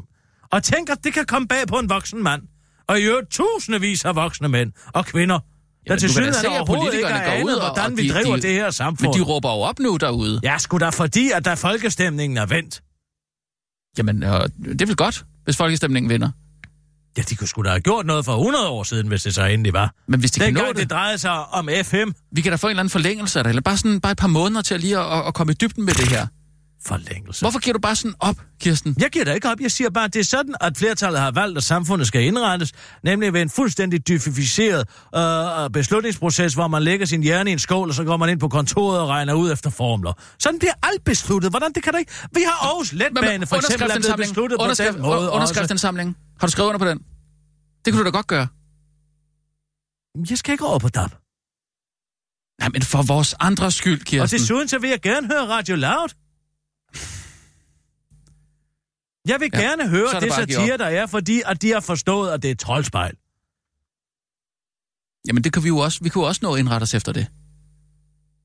B: Og tænk, at det kan komme bag på en voksen mand. Og i øvrigt tusindevis af voksne mænd og kvinder, der
C: Jamen,
B: til
C: du kan da
B: synet
C: se, at
B: overhovedet ikke
C: politikerne
B: har
C: går ud
B: anet,
C: og-
B: hvordan
C: og
B: vi
C: de-
B: driver
C: de-
B: det her samfund.
C: Men de råber jo op nu derude.
B: Ja, sgu da fordi, at da folkestemningen er vendt.
C: Jamen, øh, det er vel godt, hvis folkestemningen vinder.
B: Ja, de kunne sgu da have gjort noget for 100 år siden, hvis det så endelig var.
C: Men hvis de kan nå
B: Dengang
C: det,
B: det drejede sig om FM.
C: vi kan da få en eller anden forlængelse af det, eller bare, sådan, bare et par måneder til at lige at, at komme i dybden med det her.
B: Forlængelse.
C: Hvorfor giver du bare sådan op, Kirsten?
B: Jeg giver da ikke op. Jeg siger bare, at det er sådan, at flertallet har valgt, at samfundet skal indrettes, nemlig ved en fuldstændig dyfificeret øh, beslutningsproces, hvor man lægger sin hjerne i en skål, og så går man ind på kontoret og regner ud efter formler. Sådan bliver alt besluttet. Hvordan det kan der ikke? Vi har Aarhus Letbane, for eksempel, er blevet besluttet på den måde. også.
C: Underskriftsindsamling. Har du skrevet under på den? Det kunne du da godt gøre.
B: Jeg skal ikke over på DAP.
C: Nej, men for vores andres skyld, Kirsten.
B: Og desuden så vil jeg gerne høre Radio Loud. Jeg vil ja.
C: Ja,
B: gerne
C: så
B: høre
C: er det
B: det
C: bare at give
B: satire, der er, fordi at de har forstået, at det er et troldspejl.
C: Jamen, det kan vi jo også. Vi kunne jo også nå at indrette os efter det.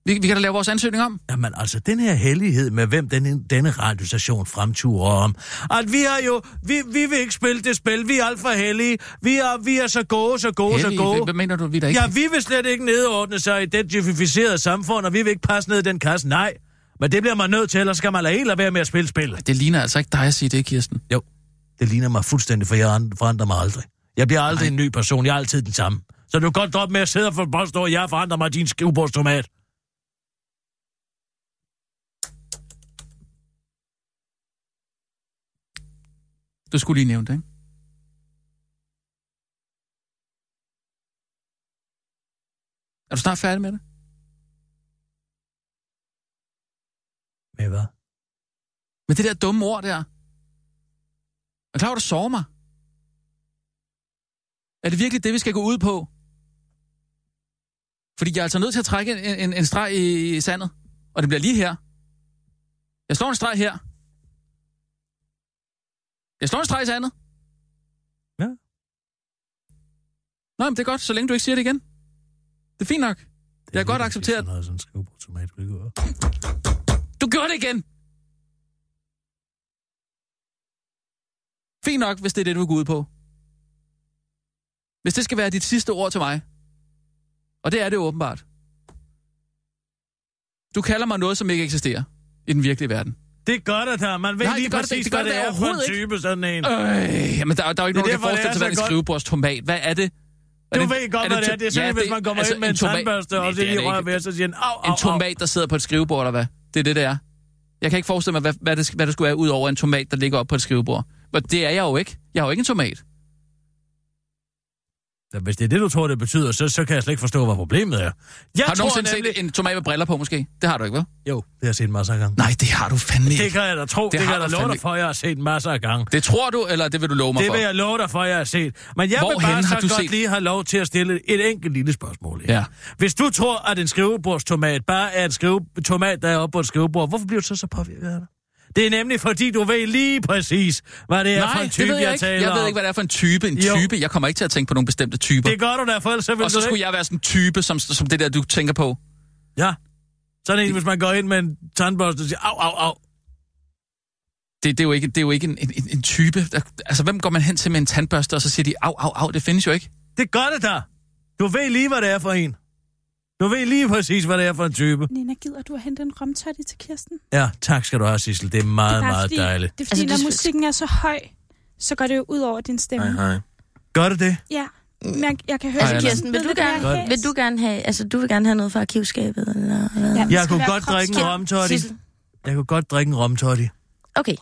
C: Vi, vi kan da lave vores ansøgning om.
B: Jamen altså, den her hellighed med, hvem den, denne radiostation fremturer om. At vi har jo... Vi, vi vil ikke spille det spil. Vi er alt for hellige. Vi er, vi er så gode, så gode, så
C: Hellige,
B: gode.
C: hvad mener du, vi der ikke?
B: Ja, vi vil slet ikke nedordne sig i det justificerede samfund, og vi vil ikke passe ned i den kasse. Nej, men det bliver man nødt til, ellers skal man lade helt lade være med at spille spillet.
C: Det ligner altså ikke dig at sige det, Kirsten.
B: Jo, det ligner mig fuldstændig, for jeg an- forandrer mig aldrig. Jeg bliver aldrig Nej. en ny person, jeg er altid den samme. Så du kan godt droppe med at sidde og for- påstå, at jeg forandrer mig din skrivebordstomat.
C: Du skulle lige nævne det, ikke? Er du snart færdig med det?
B: Men hvad?
C: Med det der dumme ord der? Er klar, over, at du sover mig? Er det virkelig det, vi skal gå ud på? Fordi jeg er altså nødt til at trække en, en, en streg i sandet. Og det bliver lige her. Jeg slår en streg her. Jeg slår en streg i sandet.
B: Ja.
C: Nå, men det er godt, så længe du ikke siger det igen. Det er fint nok. Jeg har godt accepteret,
B: Sådan noget, sådan en skrivebordstomat vil gøre.
C: du gjorde det igen! Fint nok, hvis det er det, du er ud på. Hvis det skal være dit sidste ord til mig. Og det er det åbenbart. Du kalder mig noget, som ikke eksisterer i den virkelige verden.
B: Det gør det der. Man ved
C: Nej,
B: lige
C: det gør det
B: præcis,
C: ikke. Det gør
B: hvad
C: det
B: det er for en
C: overhovedet ikke.
B: type sådan en.
C: Øh, jamen, der, der er jo ikke
B: Det er
C: nogen, der
B: derfor, det er
C: forestiller sig,
B: så
C: hvad en
B: godt.
C: skrivebordstomat. Hvad er det? Er
B: Du
C: det,
B: ved godt,
C: er
B: hvad det
C: to-
B: er. Det er sådan,
C: Ja,
B: ja, hvis man kommer
C: altså,
B: ind med en
C: tomat-
B: tandbørste,
C: Nej,
B: og så
C: det er
B: lige
C: det ikke.
B: rører ved, så siger den, au, au,
C: En
B: au.
C: tomat, der sidder på et skrivebord, eller hvad? Det er det, det er. Jeg kan ikke forestille mig, hvad, hvad, det, hvad det skulle være, ud over en tomat, der ligger op på et skrivebord. Men det er jeg jo ikke. Jeg er jo ikke en tomat.
B: Så Hvis det er det, du tror, det betyder, så, så kan jeg slet ikke forstå, hvad problemet er. Jeg
C: har du
B: tror
C: nogensinde
B: nemlig...
C: set en tomat med briller på, måske? Det har du ikke, vel?
B: Jo, det har jeg set masser af gange.
C: Nej, det har du fandme
B: Det
C: ikke.
B: kan jeg da tro. Det, det
C: har
B: kan jeg da love
C: du fandme
B: dig for, jeg har set masser af gange.
C: Det tror du, eller det vil du love mig
B: Det
C: for?
B: vil jeg love dig for, jeg har set. Men jeg Hvorhen vil
C: Hvorhenne
B: bare så
C: har du
B: godt set?
C: set-
B: lige have lov til at stille et enkelt lille spørgsmål. her.
C: Ja.
B: Hvis du tror, at en skrivebordstomat bare er en skrive... tomat, der er oppe på et skrivebord, hvorfor bliver du så så påvirket af det? Det er nemlig, fordi du ved lige præcis, hvad det er for
C: Nej,
B: en type,
C: det ved jeg, ikke.
B: taler
C: Jeg ved
B: om.
C: ikke, hvad det er for en type. En
B: Jo.
C: type? Jeg kommer ikke til at tænke på nogle bestemte typer.
B: Det gør du da, for ellers så vil
C: Og så
B: du
C: skulle
B: ikke...
C: jeg være sådan en type, som, som det der, du tænker på.
B: Ja. Sådan en, hvis man går ind med en tandbørste og siger, au, au, au.
C: det, det, er jo ikke, det er jo ikke en, en, en- en type. Der, altså, hvem går man hen til med en tandbørste, og så siger de, au, au, au, det findes jo ikke.
B: Det gør det da. Du ved lige, hvad det er for en. Du ved lige præcis, hvad det er for en type.
F: øh.
E: Nina, gider du at hente en romtørte til Kirsten?
B: Ja, tak skal du have, Sissel. Det er meget,
E: det
B: det
E: er
B: er
E: bare
B: meget
E: fordi,
B: fordi... dejligt.
E: Det er fordi,
F: Altså,
E: altså,
F: det
E: når
F: er-
E: musikken er så høj, så går det jo ud over din stemme.
B: Hej, hej. Gør det det?
E: Ja, men jeg, jeg kan høre...
C: Altså,
E: jeg
C: Kirsten,
E: sådan
F: vil
E: ved
F: du
E: lidt mere
F: gerne-
E: hæs.
F: Vil du gerne have, altså du vil gerne have noget fra arkivskabet, eller hvad?
E: Ja,
F: Ja.
E: den
B: Jeg
E: skal
B: kunne
E: være
B: godt drikke en
E: kropskær.
B: romtotti.
F: Sissel,
B: Jeg kunne godt drikke en romtotti.
F: okay.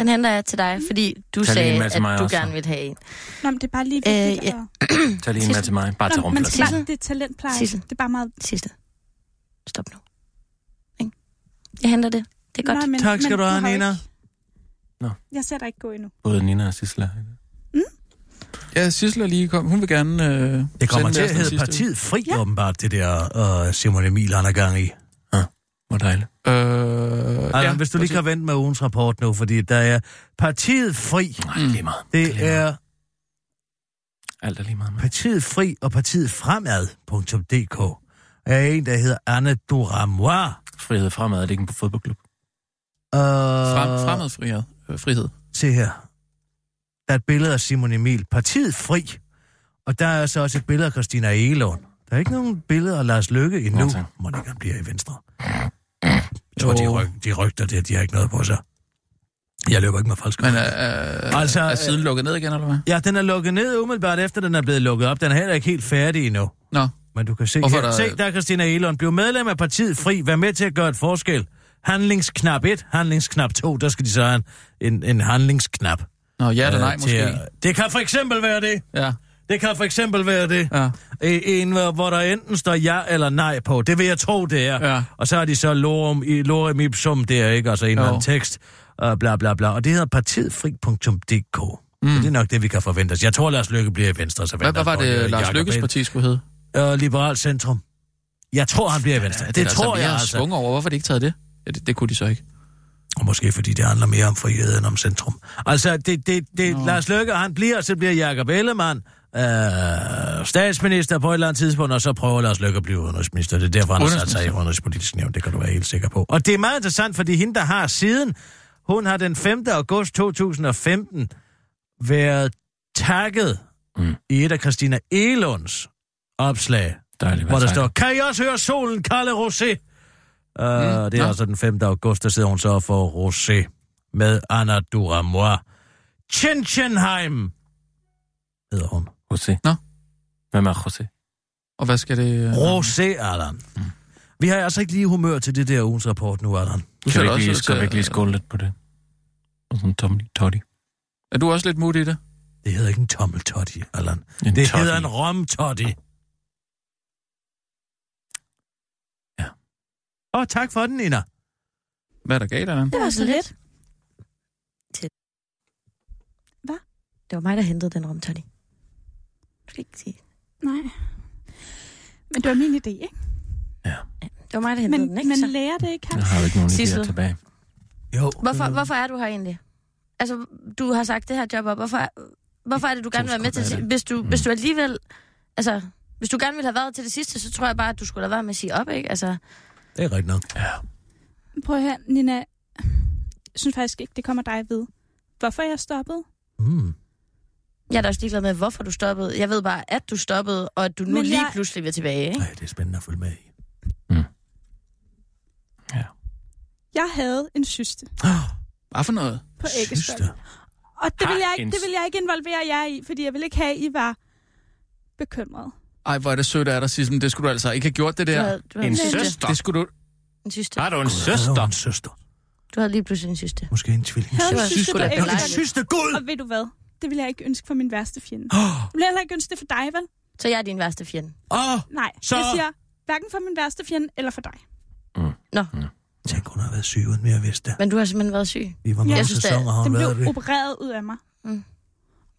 F: Den henter jeg til dig, fordi du
G: Tag lige
F: sagde,
G: en med
F: at
G: til mig
F: du
G: også.
F: gerne ville have en.
E: Nå, men det er bare lige
F: Øh,
E: vigtigt.
F: ja.
E: Øh, ja.
G: Tag lige en med til mig. Bare til
E: Nå, man
G: rumpladsen.
E: skal bare,
F: Sissel.
E: det er talentpleje.
F: Sissel.
E: Det er bare meget...
F: Sidste. Stop nu. Ik? Jeg henter det. Det er godt.
E: Nej, men,
B: Tak skal
E: men
B: du have,
E: har jo
B: Nina.
E: ikke-
G: Nå.
E: Jeg ser dig ikke gå endnu.
G: Både Nina og Sissel er her.
C: Ja, Sissel er lige kom. Hun vil gerne... Øh,
B: Det kommer
C: sende
B: til at
C: os den
B: hedde
C: sidste.
B: Partiet Fri, ja. åbenbart, det der uh, Simon Emil, han er gang i.
G: Hvor dejligt.
C: Øh,
B: Altså, ja, hvis du lige kan vente med ugens rapport nu, fordi der er Partiet Fri.
G: Nej, det er lige meget.
B: Det er
G: Alt er lige meget. mand.
B: Partiet Fri og Partiet Fremad.dk. Er en, der hedder Anne Duramois.
G: Frihed fremad, er det ikke en fodboldklub?
B: Uh,
C: Frem, fremad frihed. Øh, frihed.
B: Se her. Der er et billede af Simon Emil. Partiet Fri. Og der er så også et billede af Christina Egelund. Der er ikke nogen billeder af Lars Lykke endnu.
G: Nå,
B: Nå,
G: tak.
B: Må det ikke han bliver i Venstre. Jeg tror, de, ryg, de rygter det, de har ikke noget på sig. Jeg løber ikke med falsk.
C: Men øh, øh,
B: Altså,
C: altså, er
B: øh,
C: siden lukket ned igen, eller hvad?
B: Ja, den er lukket ned umiddelbart efter, den er blevet lukket op. Den er heller ikke helt færdig endnu.
C: Nå.
B: Men du kan se
C: Hvorfor
B: her.
C: der-
B: Der... Se, der er Christina Elon. Blev medlem af partiet Fri. Vær med til at gøre et forskel. Handlingsknap 1, handlingsknap 2. Der skal de så have en, en, en handlingsknap.
C: Nå, ja eller nej,
B: øh,
C: måske.
B: at- det kan for eksempel være det.
C: Ja,
B: Det kan for eksempel være det.
C: ja.
B: Øh, En, hvor hvor der enten står ja eller nej på. Det vil jeg tro, det er.
C: Ja.
B: Og så har de så lorem, i, lorem ipsum der, ikke? Altså en eller anden
C: Jo.
B: tekst, og bla bla bla. Og det hedder partietfri.dk. Mm. Det er nok det, vi kan forvente os. Jeg tror, Lars Løkke bliver i Venstre. Så
C: Hvad, hvad
B: Venstre
C: var
B: får en,
C: det,
B: øh,
C: Lars
B: Jacob
C: Lykkes
B: ind.
C: parti skulle hedde?
B: Øh, Liberal Centrum. Jeg tror, han bliver i Venstre. det
C: er der
B: tror
C: altså
B: jeg
C: mere
B: altså.
C: Svung over. Hvorfor har de ikke taget det? Ja, det, det kunne de så ikke.
B: Og måske fordi det handler mere om frihed end om centrum. Altså, det, det, det,
C: Nå.
B: Lars Løkke, han bliver, så bliver Jakob Ellemann øh, statsminister på et eller andet tidspunkt, og så prøver Lars Løkke at blive udenrigsminister. Det er derfor, han har sat sig i
C: Udenrigsminister.
B: udenrigspolitisk nævn, det kan du være helt sikker på. Og det er meget interessant, fordi hende, der har siden, hun har den 5. august 2015 været takket
G: Mm.
B: mm. i et af Christina Elunds opslag
G: Dejligt.
B: hvor
G: hvad
B: der
G: tak.
B: står, kan I også høre solen kalde rosé? Uh, mm, det er
C: nå.
B: altså den 5. august, der sidder hun så for rosé med Anna Duramois. Chinchenheim hedder hun.
G: José.
C: Nå.
G: Hvem er José?
C: Og hvad skal det... øh,
B: Rosé, Allan.
G: Mm.
B: Vi har altså ikke lige humør til det der ugens rapport nu, Allan.
C: Du
G: Skal
C: ser
G: vi ikke
C: også
G: lige,
C: lidt,
G: skal vi ikke lige
C: øh,
G: skåle lidt på det? Og sådan en tom toddy.
C: Er du også lidt mood i det?
B: Det hedder ikke en tommeltotti, Allan.
G: En
B: Det
G: toddy.
B: hedder en romtotti.
G: Ja.
B: Åh, oh, tak for den, Nina.
C: Hvad er der galt, Allan?
E: Det var så lidt.
F: Det var mig, der hentede den romtoni. Du skal ikke sige.
E: Nej. Men det var min idé, ikke?
F: Det var mig, der
E: Men,
F: hentede den, ikke?
E: men
F: så?
E: lærer det ikke,
G: Jeg
E: Hans?
G: har jo ikke nogen
F: Sissel.
G: idéer tilbage.
B: Jo.
F: Hvorfor, hvorfor er du her egentlig? Altså, du har sagt det her job op. Hvorfor, hvorfor er det, du gerne vil være med til det? Hvis du, hvis du alligevel... Altså, hvis du gerne ville have været til det sidste, så tror jeg bare, at du skulle have været med at sige op, ikke? Altså,
B: Det er rigtigt nok.
E: Prøv at høre, Nina. Jeg synes faktisk ikke, det kommer dig ved. Hvorfor jeg stoppede?
B: Mm.
F: jeg er da også ligeglad med, hvorfor du stoppede. Jeg ved bare, at du stoppede, og at du nu
E: Men
F: jeg... lige
E: jeg-
F: pludselig vil tilbage, ikke?
B: Ej, det er spændende at følge med i.
E: Jeg havde en syste
C: Hvad for noget?
E: på æggestokken.
B: Syste.
E: Og det
G: Har
E: vil, jeg ikke,
G: en
E: det vil jeg ikke involvere jer i, fordi jeg vil ikke have, at I var bekymret.
C: Ej, hvor er det sødt af dig, Sissel. Det skulle du altså ikke have gjort, det
F: Du
C: der.
F: havde, du havde
G: En
F: en søster.
G: søster?
C: Det skulle du...
F: En søster.
G: Har du en
B: Havde
G: søster?
B: hun en søster.
F: Du havde lige pludselig en søster.
B: Måske en tvilling.
E: Jeg havde
F: Det
E: en
F: var
E: syste på
F: sgu da
B: Jeg
F: dejligt.
E: æggestokken.
B: synes, det er god.
E: Og ved du hvad? Det vil jeg ikke ønske for min værste fjende.
B: Åh,
E: Jeg vil heller ikke ønske det for dig, vel?
F: Så jeg er din værste fjende.
B: Åh,
E: Nej,
B: Så-
E: så... jeg siger hverken for min værste fjende eller for dig.
B: tænk, hun har været syg, uden vi har vidst det.
F: Men du har simpelthen været syg.
B: Vi var mange
F: Jeg synes, det er-
B: sæsoner, har
E: Den
B: hun
E: blev
B: været det.
E: opereret ud af mig.
F: Mm.
E: Og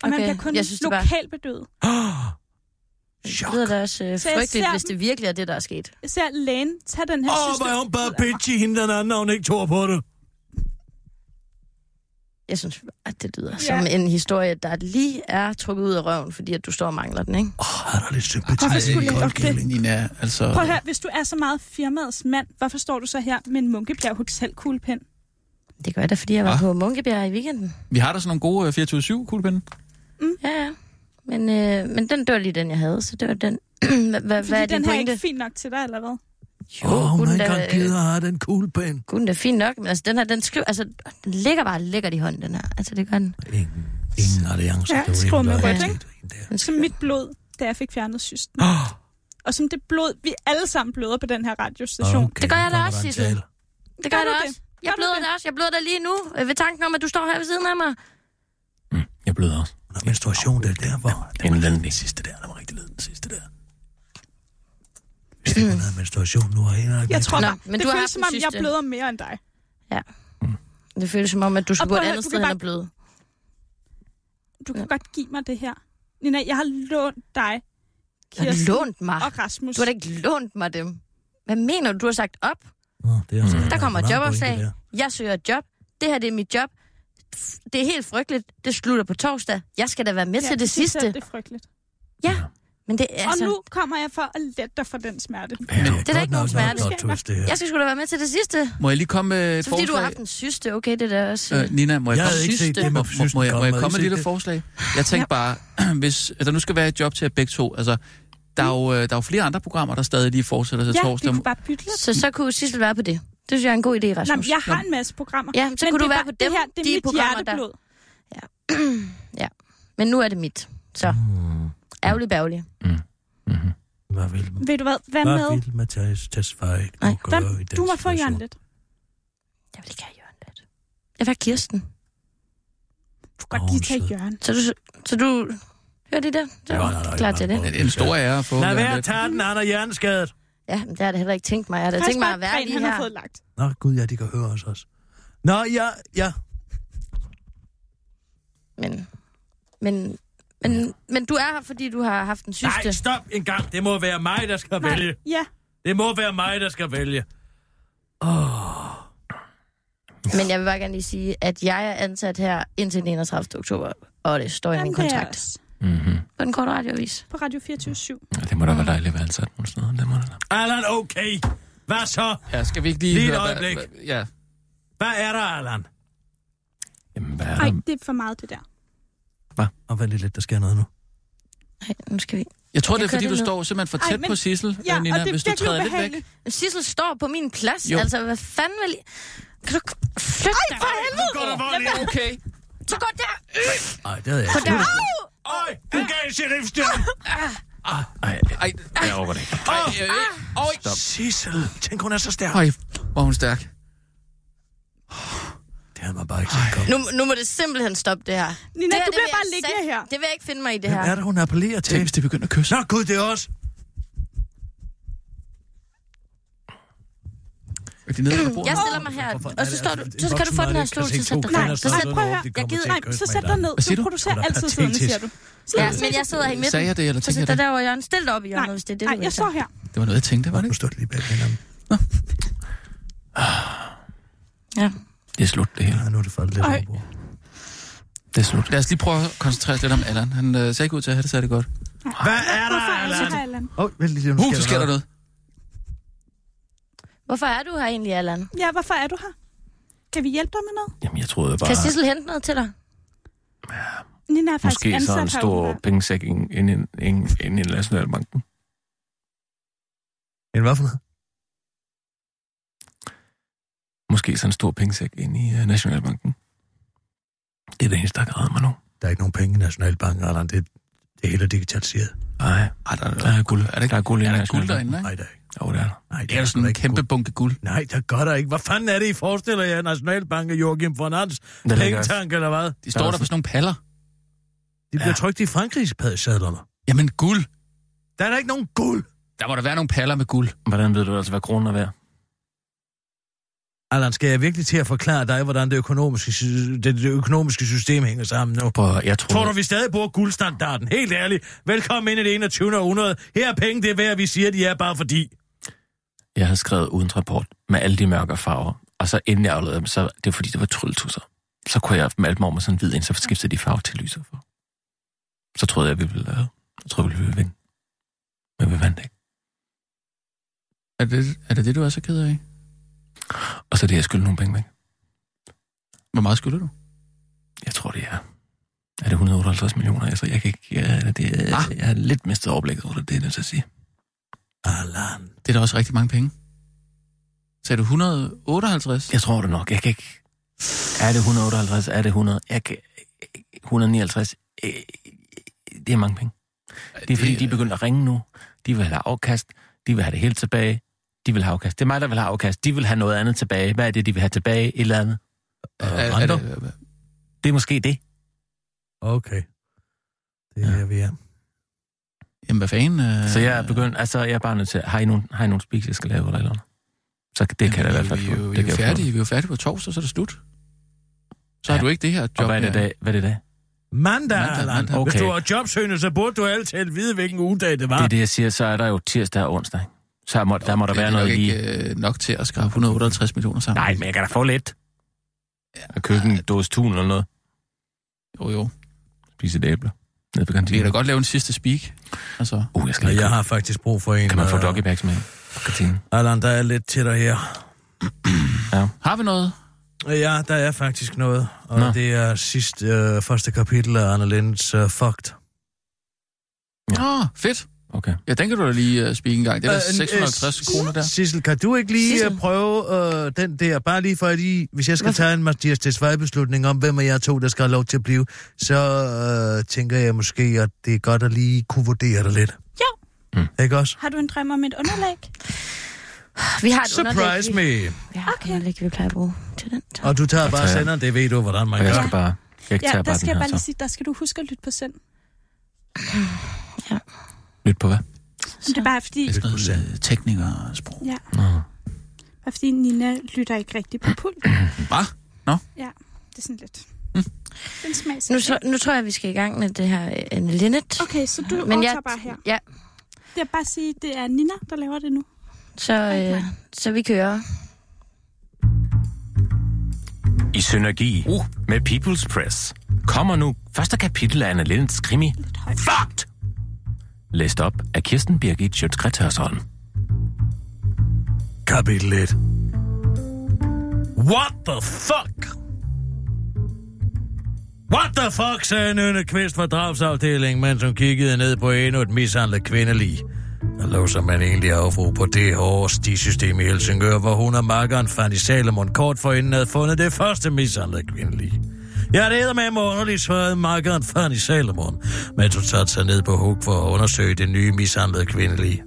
E: man
F: Okay,
E: bliver kun
F: jeg synes, det var-
E: lokalt bedøvet.
B: Åh,
F: Det
B: Chok.
F: lyder da også øh,
E: Så jeg
F: frygteligt,
E: ser
F: hvis det virkelig er det, der er sket.
E: Jeg ser lægen tage den her
B: Åh,
E: syste
B: hvor er hun bare
E: ud af mig.
B: bitchy, hende den anden, og hun ikke tror på det.
F: Jeg synes, at det lyder ja.
E: Ja.
F: som en historie, der lige er trukket ud af røven, fordi at du står og mangler den, ikke?
B: Åh, har der lidt sympati.
E: Hvorfor
B: i
E: skulle jeg
B: kold
E: gøre det?
B: kælling.
C: Nina, altså...
E: Prøv at høre, hvis du er så meget firmaets mand, hvorfor står du så her med en munkebjerg hotelkuglepen?
F: Det gør jeg da, fordi jeg var
C: Ah.
F: ah. på Munkebjerg i weekenden.
C: Vi har da sådan nogle gode øh, 24-7 kuglepinde.
F: Ja, ja. Men, øh, men den, det var lige den, jeg havde, så det var den. Hva- hva, hvad er
E: Fordi
F: din
E: den her er
F: pointe?
E: ikke fin nok til dig, eller hvad?
F: Jo, øh,
B: Åh,
F: kunne
B: man
F: den da-
B: kan gider have den kuglepen.
F: Gud, den er fin nok, men altså, den her, den skriver, altså, den ligger bare lækkert i hånden, den her. Altså, det gør den.
B: Ingen, ingen alliance.
E: Ja,
B: det er jo
E: skruer
B: en,
E: med
B: der er
E: rødt,
B: helt en der.
E: Som
F: den skriver-
E: mit blod, da jeg fik fjernet cysten.
B: Åh,
E: Og som det blod, vi alle sammen bløder på den her radiostation.
B: okay,
F: Det gør jeg
B: nu
F: da
B: kommer
F: også,
B: der en
F: Sissel.
B: tale.
F: Det gør
E: Gør
F: jeg
E: du
F: da
E: det?
F: også. Jeg
E: Gør du
F: bløder
E: det?
F: da også. Jeg bløder da lige nu øh, ved tanken om, at du står her ved siden af mig.
G: Jeg bløder også.
B: Nå, Menstruation, det er der, hvor...
G: Den er den
B: sidste der, der var rigtig led, den sidste der. Hvis det kun havde menstruation nu, har jeg ikke
E: Jeg tror,
F: Nå,
E: Nå,
F: men
E: men det
F: du har
E: føles
F: haft
E: som
F: den
E: om, jeg
F: sidste.
E: bløder mere end dig.
F: Det føles som om, at du skal
E: Og
F: gå
E: prøv
F: et
E: at høre,
F: andet
E: du kan
F: sted hen
E: bare-
F: og bløde.
E: Du kan
F: Ja.
E: godt give mig det her. Nina, jeg har lånt dig,
F: Har du
E: Kirsten
F: lånt mig?
E: og Rasmus.
F: Du har da ikke lånt mig dem. Hvad mener du? Du har sagt op.
B: Nå, det er altså,
F: Mm. Der kommer
B: er
F: et
B: en
F: jobopslag.
B: pointe der.
F: Jeg søger et job. Det her, det er mit job. Det er helt frygteligt. Det slutter på torsdag. Jeg skal da være med ja, til det
E: synes
F: sidste.
E: jeg, Det er frygteligt.
F: Ja, men det er
E: Og
F: altså...
E: nu kommer jeg for at lette dig for den smerte.
G: Men
F: Det er da ikke nogen smerte.
B: Godt twist, det her.
F: Jeg skal sgu da være med til det sidste.
C: Må jeg lige komme med et
F: Så fordi
C: forslag?
F: du har haft en syste, okay, det er da også... Øh,
C: Øh, Nina, må jeg,
B: Jeg
C: komme?
B: havde ikke set det,
C: må,
B: men
C: må, må, jeg,
B: kom,
C: må jeg
B: havde
C: komme med
B: I
C: et
B: set
C: lille
B: det?
C: forslag? Jeg tænkte bare, hvis der nu skal være et job til jer begge to, altså, der er jo, øh, der er jo flere andre programmer, der stadig lige fortsætter til
E: Ja, vi
C: torsdag.
E: kunne bare bytte lidt.
F: så så kunne Sissel være på det. Det synes jeg er en god idé, Rasmus.
E: Nej, men jeg har en masse programmer.
F: Ja, så
E: Men det
F: kunne du
E: er
F: være
E: bare-
F: på dem,
E: det her, det er
F: de
E: mit
F: programmer, der-
E: hjerteblod.
F: Men nu er det mit. Så. Ærgerlig bærgerlig.
B: Hvad vil man?
E: Ved du hvad? Hvad
B: Hvad
E: med?
B: vil Mathias Tesfaye ikke
F: Nej.
B: kunne
E: Hvem,
B: gøre i den
E: du må få Jørgen
B: situation?
E: lidt.
F: Jeg vil ikke have Jørgen lidt. Jeg vil have Kirsten.
E: Du kan godt
B: Åh,
E: lige
B: hun
E: tage
B: sød.
E: Jørgen.
F: Så du... Så du hører det der? Så
B: Nej, nej, nej,
F: klar
B: nej,
F: til det.
B: nej.
C: En, en stor ære at få.
B: Lad
C: Jørgen
B: være at
C: Leth.
B: tage den, han er hjerneskadet.
F: Ja, men det har jeg da heller ikke tænkt mig. Jeg har da tænkt mig at være
E: Gren,
F: lige
E: han
F: her.
E: har fået lagt.
B: Nå, gud, ja, de kan høre os også. Nå, ja, ja.
F: Men, men, men, men du er her, fordi du har haft en syste.
B: Nej, stop en gang. Det må være mig, der skal
E: Nej,
B: vælge.
E: ja.
B: Det må være mig, der skal vælge.
F: Men jeg vil bare gerne lige sige, at jeg er ansat her indtil den 31. oktober. Og det står i min
E: Jamen, det er jeg
F: kontrakt
E: også.
G: Mm-hmm.
F: på den korte radioavis.
E: På Radio 24
G: Ja, det må da være dejligt at være ansat nogle steder. Det må da være.
B: Allan, okay. Hvad så?
C: Ja, skal vi ikke lige...
B: Lige et
C: høre, hvad-
B: øjeblik.
C: hvad- Ja.
B: Hvad er der, Allan?
G: Jamen, hvad er
E: Nej,
G: der?
E: det er for meget det der.
B: Og vent lige lidt, der sker noget nu.
F: Nej, nu skal vi...
C: Jeg tror,
F: Jeg
C: det er, fordi
F: kører
C: du
F: det ned.
C: står simpelthen for
E: Ej,
C: tæt
E: men-
C: på Sissel,
E: Ja,
C: øh,
E: og
C: Nina,
E: det er
C: hvis du
E: virkelig
C: træder lidt væk.
E: ubehageligt.
F: Sissel står på min plads.
C: Jo.
F: Jo. Altså, hvad fanden vil... I- Kan du flytte dig?
E: For helvede!
B: Går der vold i?
C: Okay.
F: Så gå der!
B: Ej, det havde jeg
F: Gå
B: ikke.
F: der!
B: Øj, du gav sheriffstjerne.
G: Ej,
C: Ej,
G: jeg overgår det ikke.
C: ej, øh, oj.
B: Sissel, tænk, hun er så stærk.
C: Oj, hvor er hun stærk.
B: Det havde man bare ikke set komme.
F: Nu, nu må det simpelthen stoppe det her.
E: Nina,
F: det her,
E: du
F: det
E: bliver
F: vil jeg
E: bare liggende
F: sat-
E: her.
F: Det vil jeg ikke finde mig i det
B: Hvem
F: her.
B: er det, hun appellerer til?
C: Tænk, hvis det begynder at kysse.
B: Nå gud, det er os.
C: Er de nede på bordet?
F: Jeg stiller mig her,
B: Hvorfor er
F: og
B: det
F: så, står du,
B: altså-
F: så
B: en
F: kan du få
B: voksen
F: den her
B: mand,
F: stol
B: kan
F: til at
B: se
F: sætte
B: to
F: dig
E: Nej,
B: kvinder
E: så
B: sidde og
E: prøv
B: råbe,
E: her.
B: de
F: Jeg
B: kommer
F: gider-
B: til at
E: Nej,
B: kysse
E: så
B: med
E: sæt dig
B: hinanden.
E: ned.
C: Hvad siger
E: Du
C: du?
E: producerer
B: Hun er
E: altid siddende,
B: patetisk.
E: siger du.
F: Ja,
E: Sidder du?
F: men jeg sidder her i midten.
C: Sagde jeg det, eller
F: Så
C: tænkte jeg
F: sæt dig
C: det?
F: derovre i hjørnet. Stil dig op i hjørnet,
E: Nej,
F: hvis det er det, du
E: Nej,
F: vil.
E: jeg
F: så.
E: står her.
C: Det var noget, jeg tænkte, var det?
B: Nu står det lige bag hinanden.
F: Ja.
G: Det er slut, det hele.
B: Ja, nu er det faldet lidt
E: Ej.
B: over.
G: Det er slut.
C: Lad os lige prøve at koncentrere os lidt om Allan. Han øh, ser ikke ud til at have det særlig godt.
B: Hvad er der,
E: Hvorfor er
B: Allan?
E: det Allan?
B: Åh, vent lige, nu
C: Uh, så sker der noget.
F: Hvorfor er du her egentlig, Allan?
E: Ja, hvorfor er du her? Kan vi hjælpe dig med noget?
G: Jamen, jeg troede bare,
F: Kan Sissel hente noget til dig?
E: Nina er faktisk
G: måske så
E: ansat
G: en
E: her.
G: stor
E: åbenbart.
G: pengesæk ind ind- ind- ind- ind i Nationalbanken.
B: En hvad for noget?
G: Måske så en stor pengesæk ind i øh, Nationalbanken. Det er det eneste, der har reddet mig nu.
B: Der er ikke nogen penge i Nationalbanken, Allan. Det, det hele er digitaliseret.
G: Nej,
C: Ej, der,
G: der er guld.
C: Er det ikke-
G: der er guld i
C: er der guld
G: Nationalbanken.
C: derinde, ikke?
B: Nej, der er ikke.
G: Jo, det er der.
B: Nej,
C: Det er jo sådan en
B: ikke
C: kæmpe
B: guld.
C: bunke guld.
B: Nej, der gør der ikke. Hvad fanden er det, I forestiller jer? Nationalbank og Joachim von Hans?
G: Der ligger,
B: Pengetank eller hvad? Altså,
C: De står
G: Der er altså-
C: der på sådan nogle paller.
B: De bliver
G: Ja.
B: trykt i Frankrigs padsadlerne.
C: Jamen guld.
B: Der er der ikke nogen guld.
C: Der må der være nogle paller med guld.
G: hvordan ved du altså, hvad kronen er værd?
B: Allan, skal jeg virkelig til at forklare dig, hvordan det økonomiske, sy- det, det økonomiske system hænger sammen nu?
G: På, jeg tror,
B: Tror du, vi stadig bruger guldstandarden? Helt ærligt. Velkommen ind i det 21. århundrede. Her er penge, det er værd, vi siger, de er bare fordi.
G: jeg havde skrevet uden rapport med alle de mørke farver. Og så inden jeg afleverede dem, så det var fordi, det var trylletusser. Så kunne jeg malte mig om med sådan en hvid ind, så skiftede de farve til lyser for. Så troede jeg, vi ville, øh, jeg troede, vi ville vinde. Men vi vandt ikke.
C: Er det, er det det, du er så ked af?
G: Og så det, jeg skyldte nogle penge væk.
C: Hvor meget skylder du?
G: Jeg tror, det er... Er det 158 millioner? Altså, jeg kan ikke... Jeg, det, ah. jeg har lidt mistet overblikket over det, det er jeg nødt til at sige.
B: Allan.
C: Det er da også rigtig mange penge. Sagde du 158?
G: Jeg tror det nok. Jeg kan ikke... Er det 158? Er det 100? Jeg kan... 159? Øh, Det er mange penge. Det er fordi, de er begyndt at ringe nu. De vil have afkast. De vil have det hele tilbage. De vil have afkast. Det er mig, der vil have afkast. De vil have noget andet tilbage. Hvad er det, de vil have tilbage? Et eller andet.
C: er,
B: Og
C: er, er,
B: renter.
C: det,
G: Det er måske det.
B: Okay. Det er her, vi er.
C: jamen, hvad fanden? Øh,
G: Så jeg er begyndt... Altså, jeg er bare nødt til... Har I nogen, har I nogen speaks, jeg skal lave eller et eller andet? Så det kan jeg da i hvert fald
C: vi,
G: få.
C: er jo-
G: Det
C: Vi, er
G: kan
C: jo
G: jeg få.
C: færdige, vi er jo færdige på torsdag, så er det slut. Så har
G: Ja.
C: du ikke det her job.
G: Og hvad er det i
C: her.
G: dag? Hvad er det i dag?
B: Mandag,
C: Mandag,
B: Allan.
C: mandag.
B: Hvis
G: Okay.
B: du var jobsøgende, så burde du altid vide, hvilken ugedag det var.
G: Det er det, jeg siger, så er der jo tirsdag og onsdag. ikke? Så må, der må der
C: Ah. Det
G: være
C: er
G: noget
C: nok
G: lige.
C: ikke øh, nok til at skrabe 158 millioner sammen.
G: Nej, men jeg kan da få lidt. Og købe en dåse tun eller noget.
C: Jo, jo.
G: Spise et æble. Nede på
C: Vi kan da
G: kantinen.
C: godt lave en sidste speak. Altså,
G: Uh, jeg skal
B: Og
G: lige
B: jeg
G: købe.
B: har faktisk brug for en...
G: Kan man få
B: øh,
G: doggybags med på kantinen?
B: Allan, der er lidt til dig her.
C: har vi noget?
B: Ja, der er faktisk noget. Og
G: Nå.
B: Nå. det er sidst, øh, første kapitel af Anne Linds øh, Fucked.
C: Åh, ja. oh, fedt.
G: Okay.
C: Ja, den kan du da lige uh, speak en gang. Det er da
B: Øh, en, øh,
C: 650 kroner der.
B: Sissel, kan du ikke lige
F: Sissel?
B: Sissel? prøve øh, den der? Bare lige for at I, hvis jeg skal
F: Hvorfor?
B: tage en Mathias til beslutning om, hvem af jer to, der skal have lov til at blive, så øh, tænker jeg måske, at det er godt at lige kunne vurdere det lidt.
E: Jo.
B: Mm. Ikke også?
E: Har du en drøm om et underlæg?
F: Vi har et
B: Surprise
F: underlæg, vi,
B: me!
F: vi har okay.
E: Okay.
F: et underlæg, vi plejer at bruge til den. Så.
B: Og du tager bare
G: tager jeg.
B: senderen, det ved du, hvordan man
G: Og jeg
B: gør.
G: skal bare... Jeg
E: Ja,
G: tager
E: der
G: bare
E: skal
G: den
E: jeg bare
G: her,
E: lige
G: så.
E: sige, der skal du huske at lytte på søn.
G: Lyt på hvad?
E: Det er bare fordi,
C: Det er sådan noget øh, teknikere sprog.
E: ja, bare fordi Nina lytter ikke rigtigt på pult.
C: Hvad?
E: Ja, det er sådan lidt. Den smager
F: Nu, så, nu tror jeg, vi skal i gang med det her øh, Anne Linnet.
E: Okay, så du
F: Men
E: Men
F: jeg-
E: jeg... bare her.
F: Ja,
E: Det er bare at sige, det er Nina, der laver det nu.
F: så, øh, så vi kører.
G: I synergi uh. med People's Press kommer nu første kapitel af Anna Lindens krimi Fucked! Læst op af Kirsten Birgit Sjøtskrets Hørsholm.
B: Kapitel 1. What the fuck? What the fuck, sagde Nynne Kvist fra drabsafdelingen, mens hun kiggede ned på endnu et mishandlet kvindelig. Der lå som man egentlig afro på det hårde stisystem i Helsingør, hvor hun og makkeren Fanny Salomon kort forinden havde fundet det første mishandlede kvindelige. Jeg er med mig underligt, svarede makkeren Fanny Salomon, mens hun satte sig ned på hug for at undersøge det nye mishandlede kvindelige.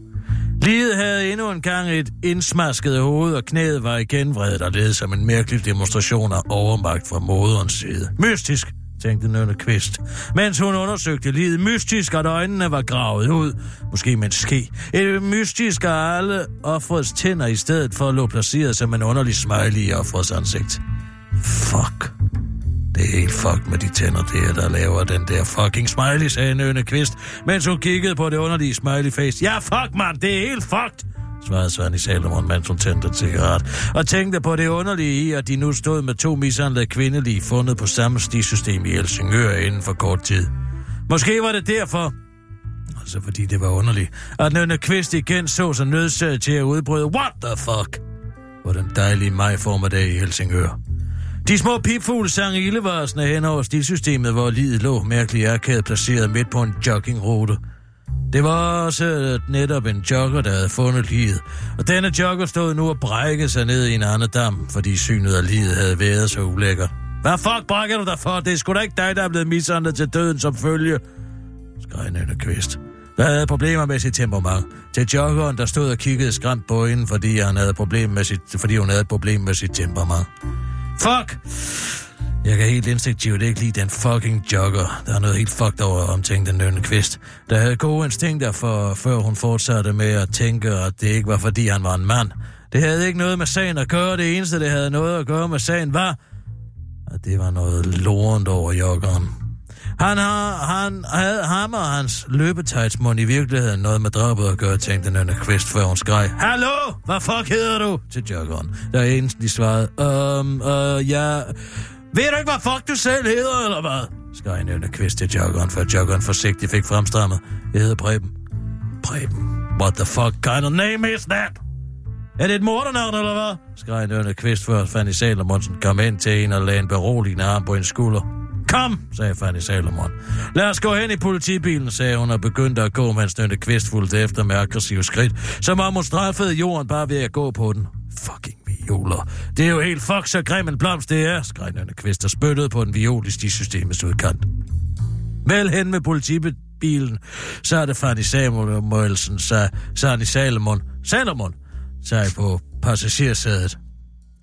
B: Liget havde endnu en gang et indsmasket hoved, og knæet var igen vredet og led som en mærkelig demonstration af overmagt fra moderens side. Mystisk, tænkte Nynne Kvist, mens hun undersøgte livet. Mystisk, at øjnene var gravet ud, måske med en ske. Et mystisk, at alle offrets tænder i stedet for lå placeret som en underlig smiley i offrets ansigt. Fuck. Det er helt fucked med de tænder der, der laver den der fucking smiley, sagde Nøne Kvist, mens hun kiggede på det underlige smiley face. Ja, fuck, mand, det er helt fucked, svarede Svend i Salomon, mens hun tændte en cigaret, og tænkte på det underlige i, at de nu stod med to mishandlede kvindelige fundet på samme stisystem i Helsingør inden for kort tid. Måske var det derfor, altså fordi det var underligt, at Nønne Kvist igen så sig nødsaget til at udbryde, what the fuck, på den dejlige majformiddag i Helsingør. De små pipfugle sang ildevarsende hen over stilsystemet, hvor livet lå mærkeligt arkadet placeret midt på en joggingrute. Det var også netop en jogger, der havde fundet livet, og denne jogger stod nu og brækkede sig ned i en anden dam, fordi synet af livet havde været så ulækker. Hvad fuck brækker du dig for? Det er sgu da ikke dig, der er blevet mishandlet til døden som følge, skreg Nynne Kvist. Der havde problemer med sit temperament. Til joggeren, der stod og kiggede skræmt på hende, fordi, han havde problem med sit, fordi hun havde et problem med sit temperament. Fuck! Jeg kan helt instinktivt ikke lide den fucking jogger. Der er noget helt fucked over om tænkte den lønne kvist. Der havde gode instinkter, for, før hun fortsatte med at tænke, at det ikke var fordi han var en mand. Det havde ikke noget med sagen at gøre. Det eneste, det havde noget at gøre med sagen, var, at det var noget lorent over joggeren. Han, har, han havde ham og hans løbetejtsmund i virkeligheden noget med drabet at gøre, tænkte Nynne Kvist, før hun skreg. Hallo, hvad fuck hedder du? til joggeren. Der egentlig svarede, øhm, øh, jeg... Ved du ikke, hvad fuck du selv hedder, eller hvad? skreg Nynne Kvist til joggeren, før joggeren forsigtigt fik fremstrammet. Jeg hedder Preben. Preben. What the fuck kind of name is that? Er det et mordernavn, eller hvad? Skreg en ørne kvist, før Fanny Salomonsen kom hen til en og lagde en beroligende arm på en skulder. Kom, sagde Fanny Salomon. Lad os gå hen i politibilen, sagde hun og begyndte at gå, mens Nynne Kvist fulgte efter med aggressive skridt, som om hun straffede jorden bare ved at gå på den. Fucking violer. Det er jo helt fuck så grim en blomst, det er, skreg Nynne Kvist og spyttede på den viol i stisystemets udkant. Vel hen med politibilen, så er det Fanny Samuelsen, så Fanny Salomon, Salomon, sagde på passagersædet.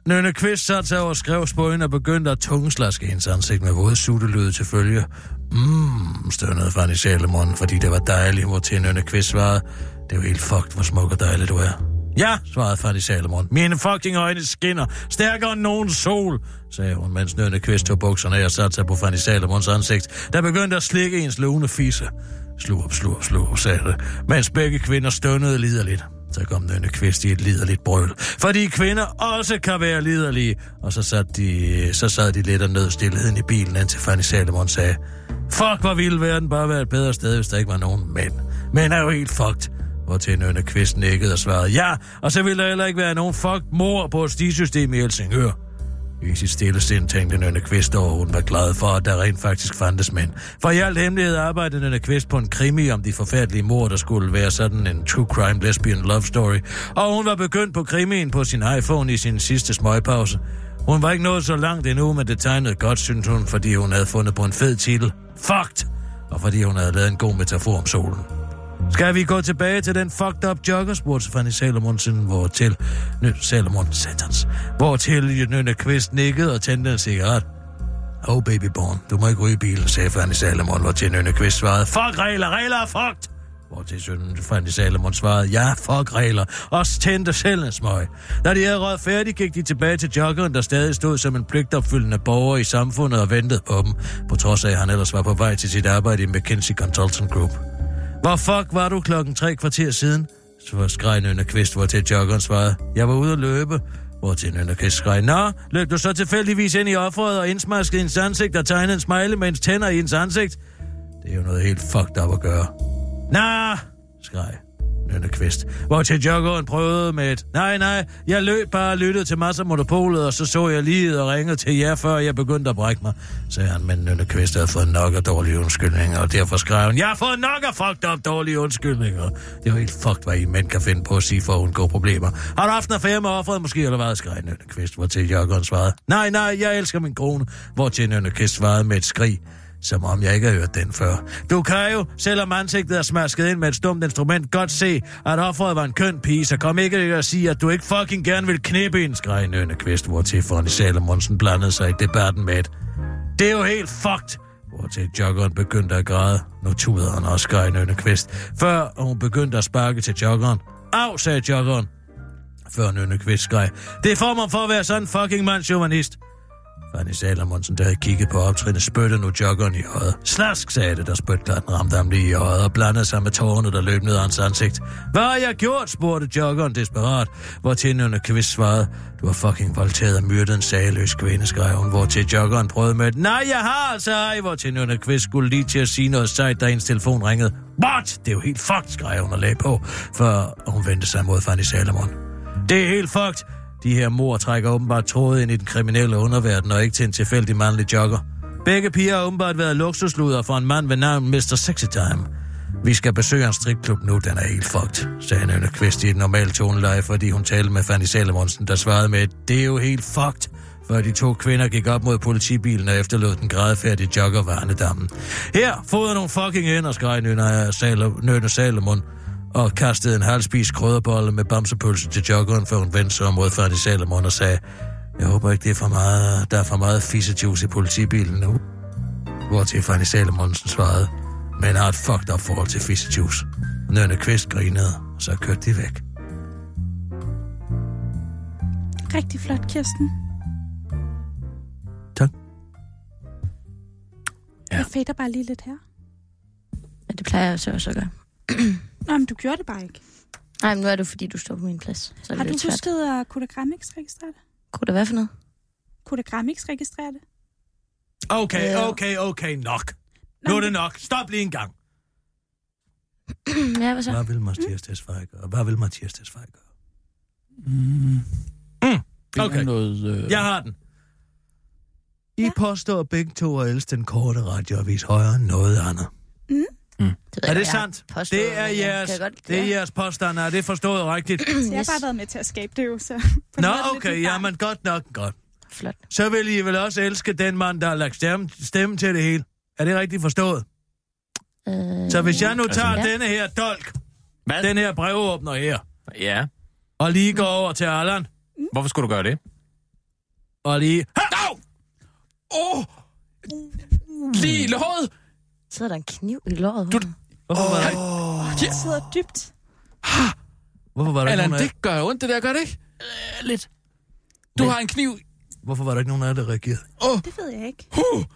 B: Nynne Kvist satte sig over skrevspøjen og begyndte at tungeslaske hendes ansigt med våde suttelyde til følge. Mmm, stønnede Fanny Salomon, fordi det var dejligt, hvor til Nynne Kvist svarede. Det er jo helt fucked, hvor smuk og dejlig du er. Ja, svarede Fanny Salomon. Mine fucking øjne skinner stærkere end nogen sol, sagde hun, mens Nynne Kvist tog bukserne af og satte sig på Fanny Salomons ansigt, der begyndte at slikke ens lune fisse. Slurp, slurp, slurp, sagde det, mens begge kvinder stønnede liderligt. Så kom Nynne Kvist i et liderligt brøl. Fordi kvinder også kan være liderlige. Og så sad de, så sad de lidt og nød stillheden i bilen, indtil Fanny Salomon sagde, Fuck, hvor ville verden bare være et bedre sted, hvis der ikke var nogen mænd. Mænd er jo helt fucked. Hvor til Nynne Kvist nikkede og svarede, ja, og så ville der heller ikke være nogen fuck mor på et stisystem i Helsingør. I sit stille sind tænkte Nynne Kvist over, at hun var glad for, at der rent faktisk fandtes mænd. For i alt hemmelighed arbejdede Nynne Kvist på en krimi om de forfærdelige mor, der skulle være sådan en true crime lesbian love story. Og hun var begyndt på krimien på sin iPhone i sin sidste smøgpause. Hun var ikke nået så langt endnu, men det tegnede godt, syntes hun, fordi hun havde fundet på en fed titel. Fucked! Og fordi hun havde lavet en god metafor om solen. Skal vi gå tilbage til den fucked up jogger, spurgte Fanny Salomonsen, hvor til... Nø, Salomon, satans. Hvor til Nynne Kvist nikkede og tændte en cigaret. Oh, babyborn, du må ikke ryge i bilen, sagde Fanny Salomon, hvor til Nynne Kvist svarede, fuck regler, regler er fucked! Hvor til sønnen Fanny Salomon svarede, ja, fuck regler, og tændte selv en smøg. Da de havde røget færdig, gik de tilbage til joggeren, der stadig stod som en pligtopfyldende borger i samfundet og ventede på dem, på trods af, at han ellers var på vej til sit arbejde i McKinsey Consultant Group. Hvor fuck var du klokken tre kvarter siden? Så skreg Nynne Kvist, hvor til joggeren svarede. Jeg var ude at løbe. Hvor til Nynne Kvist skreg. Nå, løb du så tilfældigvis ind i offeret og indsmaskede ens ansigt og tegnede en smile med ens tænder i ens ansigt? Det er jo noget helt fucked up at gøre. Nå, skreg Nynne Kvist. Hvor til joggeren prøvede med et, nej, nej, jeg løb bare og lyttede til masser af monopolet, og så så jeg livet og ringede til jer, før jeg begyndte at brække mig, sagde han, men Nynne Kvist havde fået nok af dårlige undskyldninger, og derfor skrev hun, jeg har fået nok af fucked up dårlige undskyldninger. Det var helt fucked, hvad I mænd kan finde på at sige for at undgå problemer. Har du haft en affære med offeret måske, eller hvad, skrev Nynne Kvist, hvor til joggeren svarede, nej, nej, jeg elsker min kone, hvor til Nynne Kvist svarede med et skrig. Som om jeg ikke har hørt den før. Du kan jo, selvom ansigtet er smasket ind med et stumt instrument, godt se, at offeret var en køn pige, så kom ikke og sige, at du ikke fucking gerne vil knippe en, skreg Nynne Kvist, hvor til Fanny Salomonsen blandede sig i debatten med et. Det er jo helt fucked, hvor til joggeren begyndte at græde. Nu tudede han også, skreg Nynne Kvist, før hun begyndte at sparke til joggeren. Au, sagde joggeren, før Nynne Kvist skreg. Det er formen for at være sådan en fucking mandsjuvenist. Fanny Salomonsen, der havde kigget på optrinnet, spyttede nu joggeren i øjet. Slask, sagde det, der spytklatten ramte ham lige i øjet og blandede sig med tårerne, der løb ned ad hans ansigt. Hvad har jeg gjort, spurgte joggeren desperat, hvor tænderne kvist svarede. Du har fucking voldtaget og myrdet en sageløs kvinde, skrev hun, hvor til joggeren prøvede med et, Nej, jeg har altså ej, hvor tænderne kvist skulle lige til at sige noget sejt, da hendes telefon ringede. What? Det er jo helt fucked, skrev hun og lagde på, før hun vendte sig mod Fanny Salomon. Det er helt fucked. De her mor trækker åbenbart trådet ind i den kriminelle underverden og ikke til en tilfældig mandlig jogger. Begge piger har åbenbart været luksusluder for en mand ved navn Mr. Sexy Time. Vi skal besøge en stripklub nu, den er helt fucked, sagde Nynne Kvist i et normalt toneleje, fordi hun talte med Fanny Salomonsen, der svarede med, det er jo helt fucked, før de to kvinder gik op mod politibilen og efterlod den grædefærdige jogger Varnedammen. Her fodrer nogle fucking hænder, skreg Nynne, Salo- Nynne Salomon og kastede en halvspist krydderbolle med bamsepølse til joggeren, før hun vendte sig mod Fanny Salomon og sagde, jeg håber ikke, det er for meget, der er for meget fissejuice i politibilen nu. Hvortil Fanny Salomonsen svarede, men har et fucked up forhold til fissejuice. Nørne Kvist grinede, og så kørte de væk.
E: Rigtig flot, Kirsten.
B: Tak.
E: Ja. Jeg fader bare lige lidt her.
F: Men det plejer jeg så også at gøre.
E: Nå, men du gjorde det bare ikke.
F: Nej, men nu er det jo, fordi, du står på min plads. Så er det
E: Har du
F: lidt svært.
E: husket at Kodagramix registrere det?
F: Kunne det være for noget?
E: Kodagramix registrere det?
B: Okay,
F: Ja.
B: okay, okay, nok. Nu er det nok. Stop lige en gang.
F: ja, hvad så?
B: Hvad vil Mathias Tesfaye gøre? Hvad vil Mathias Tesfaye gøre?
C: Det er
B: Okay.
C: Noget, øh...
B: Jeg har den. I ja. påstår begge to at elske den korte radioavis højere end noget andet.
F: ved jeg
B: Er det
F: ikke, om jeg
B: sandt?
F: har påstået,
B: Det er
F: men jeg
B: jeres,
F: kan godt-
B: det er
F: ja.
B: jeres påstand, er det forstået rigtigt?
E: Så jeg har
F: Yes.
E: bare været med til at skabe det jo, så... på en
B: Nå,
E: måde er det lidt
B: okay,
E: mit barn.
B: jamen godt nok, godt.
F: Flot.
B: Så vil I vel også elske den mand, der har lagt stemme, stemme til det hele. Er det rigtigt forstået?
F: Øh,
B: Så hvis jeg nu tager
F: ja.
B: denne her dolk,
G: Hvad?
B: den her brevåbner her,
G: Ja.
B: og lige går over til Allan,
G: Hvorfor skulle du gøre det?
B: og lige...
C: Åh! Lige i låret!
F: sidder der en kniv i låret. Du...
B: Hvorfor var der,
E: Jeg sidder dybt.
B: hvorfor var der, ikke,
C: Allan,
B: nogen af,
C: det gør ondt, det der, gør det ikke? Øh, lidt. Du har en kniv.
B: hvorfor var der ikke nogen af jer, der reagerede?
E: Det ved jeg ikke.
C: Huh!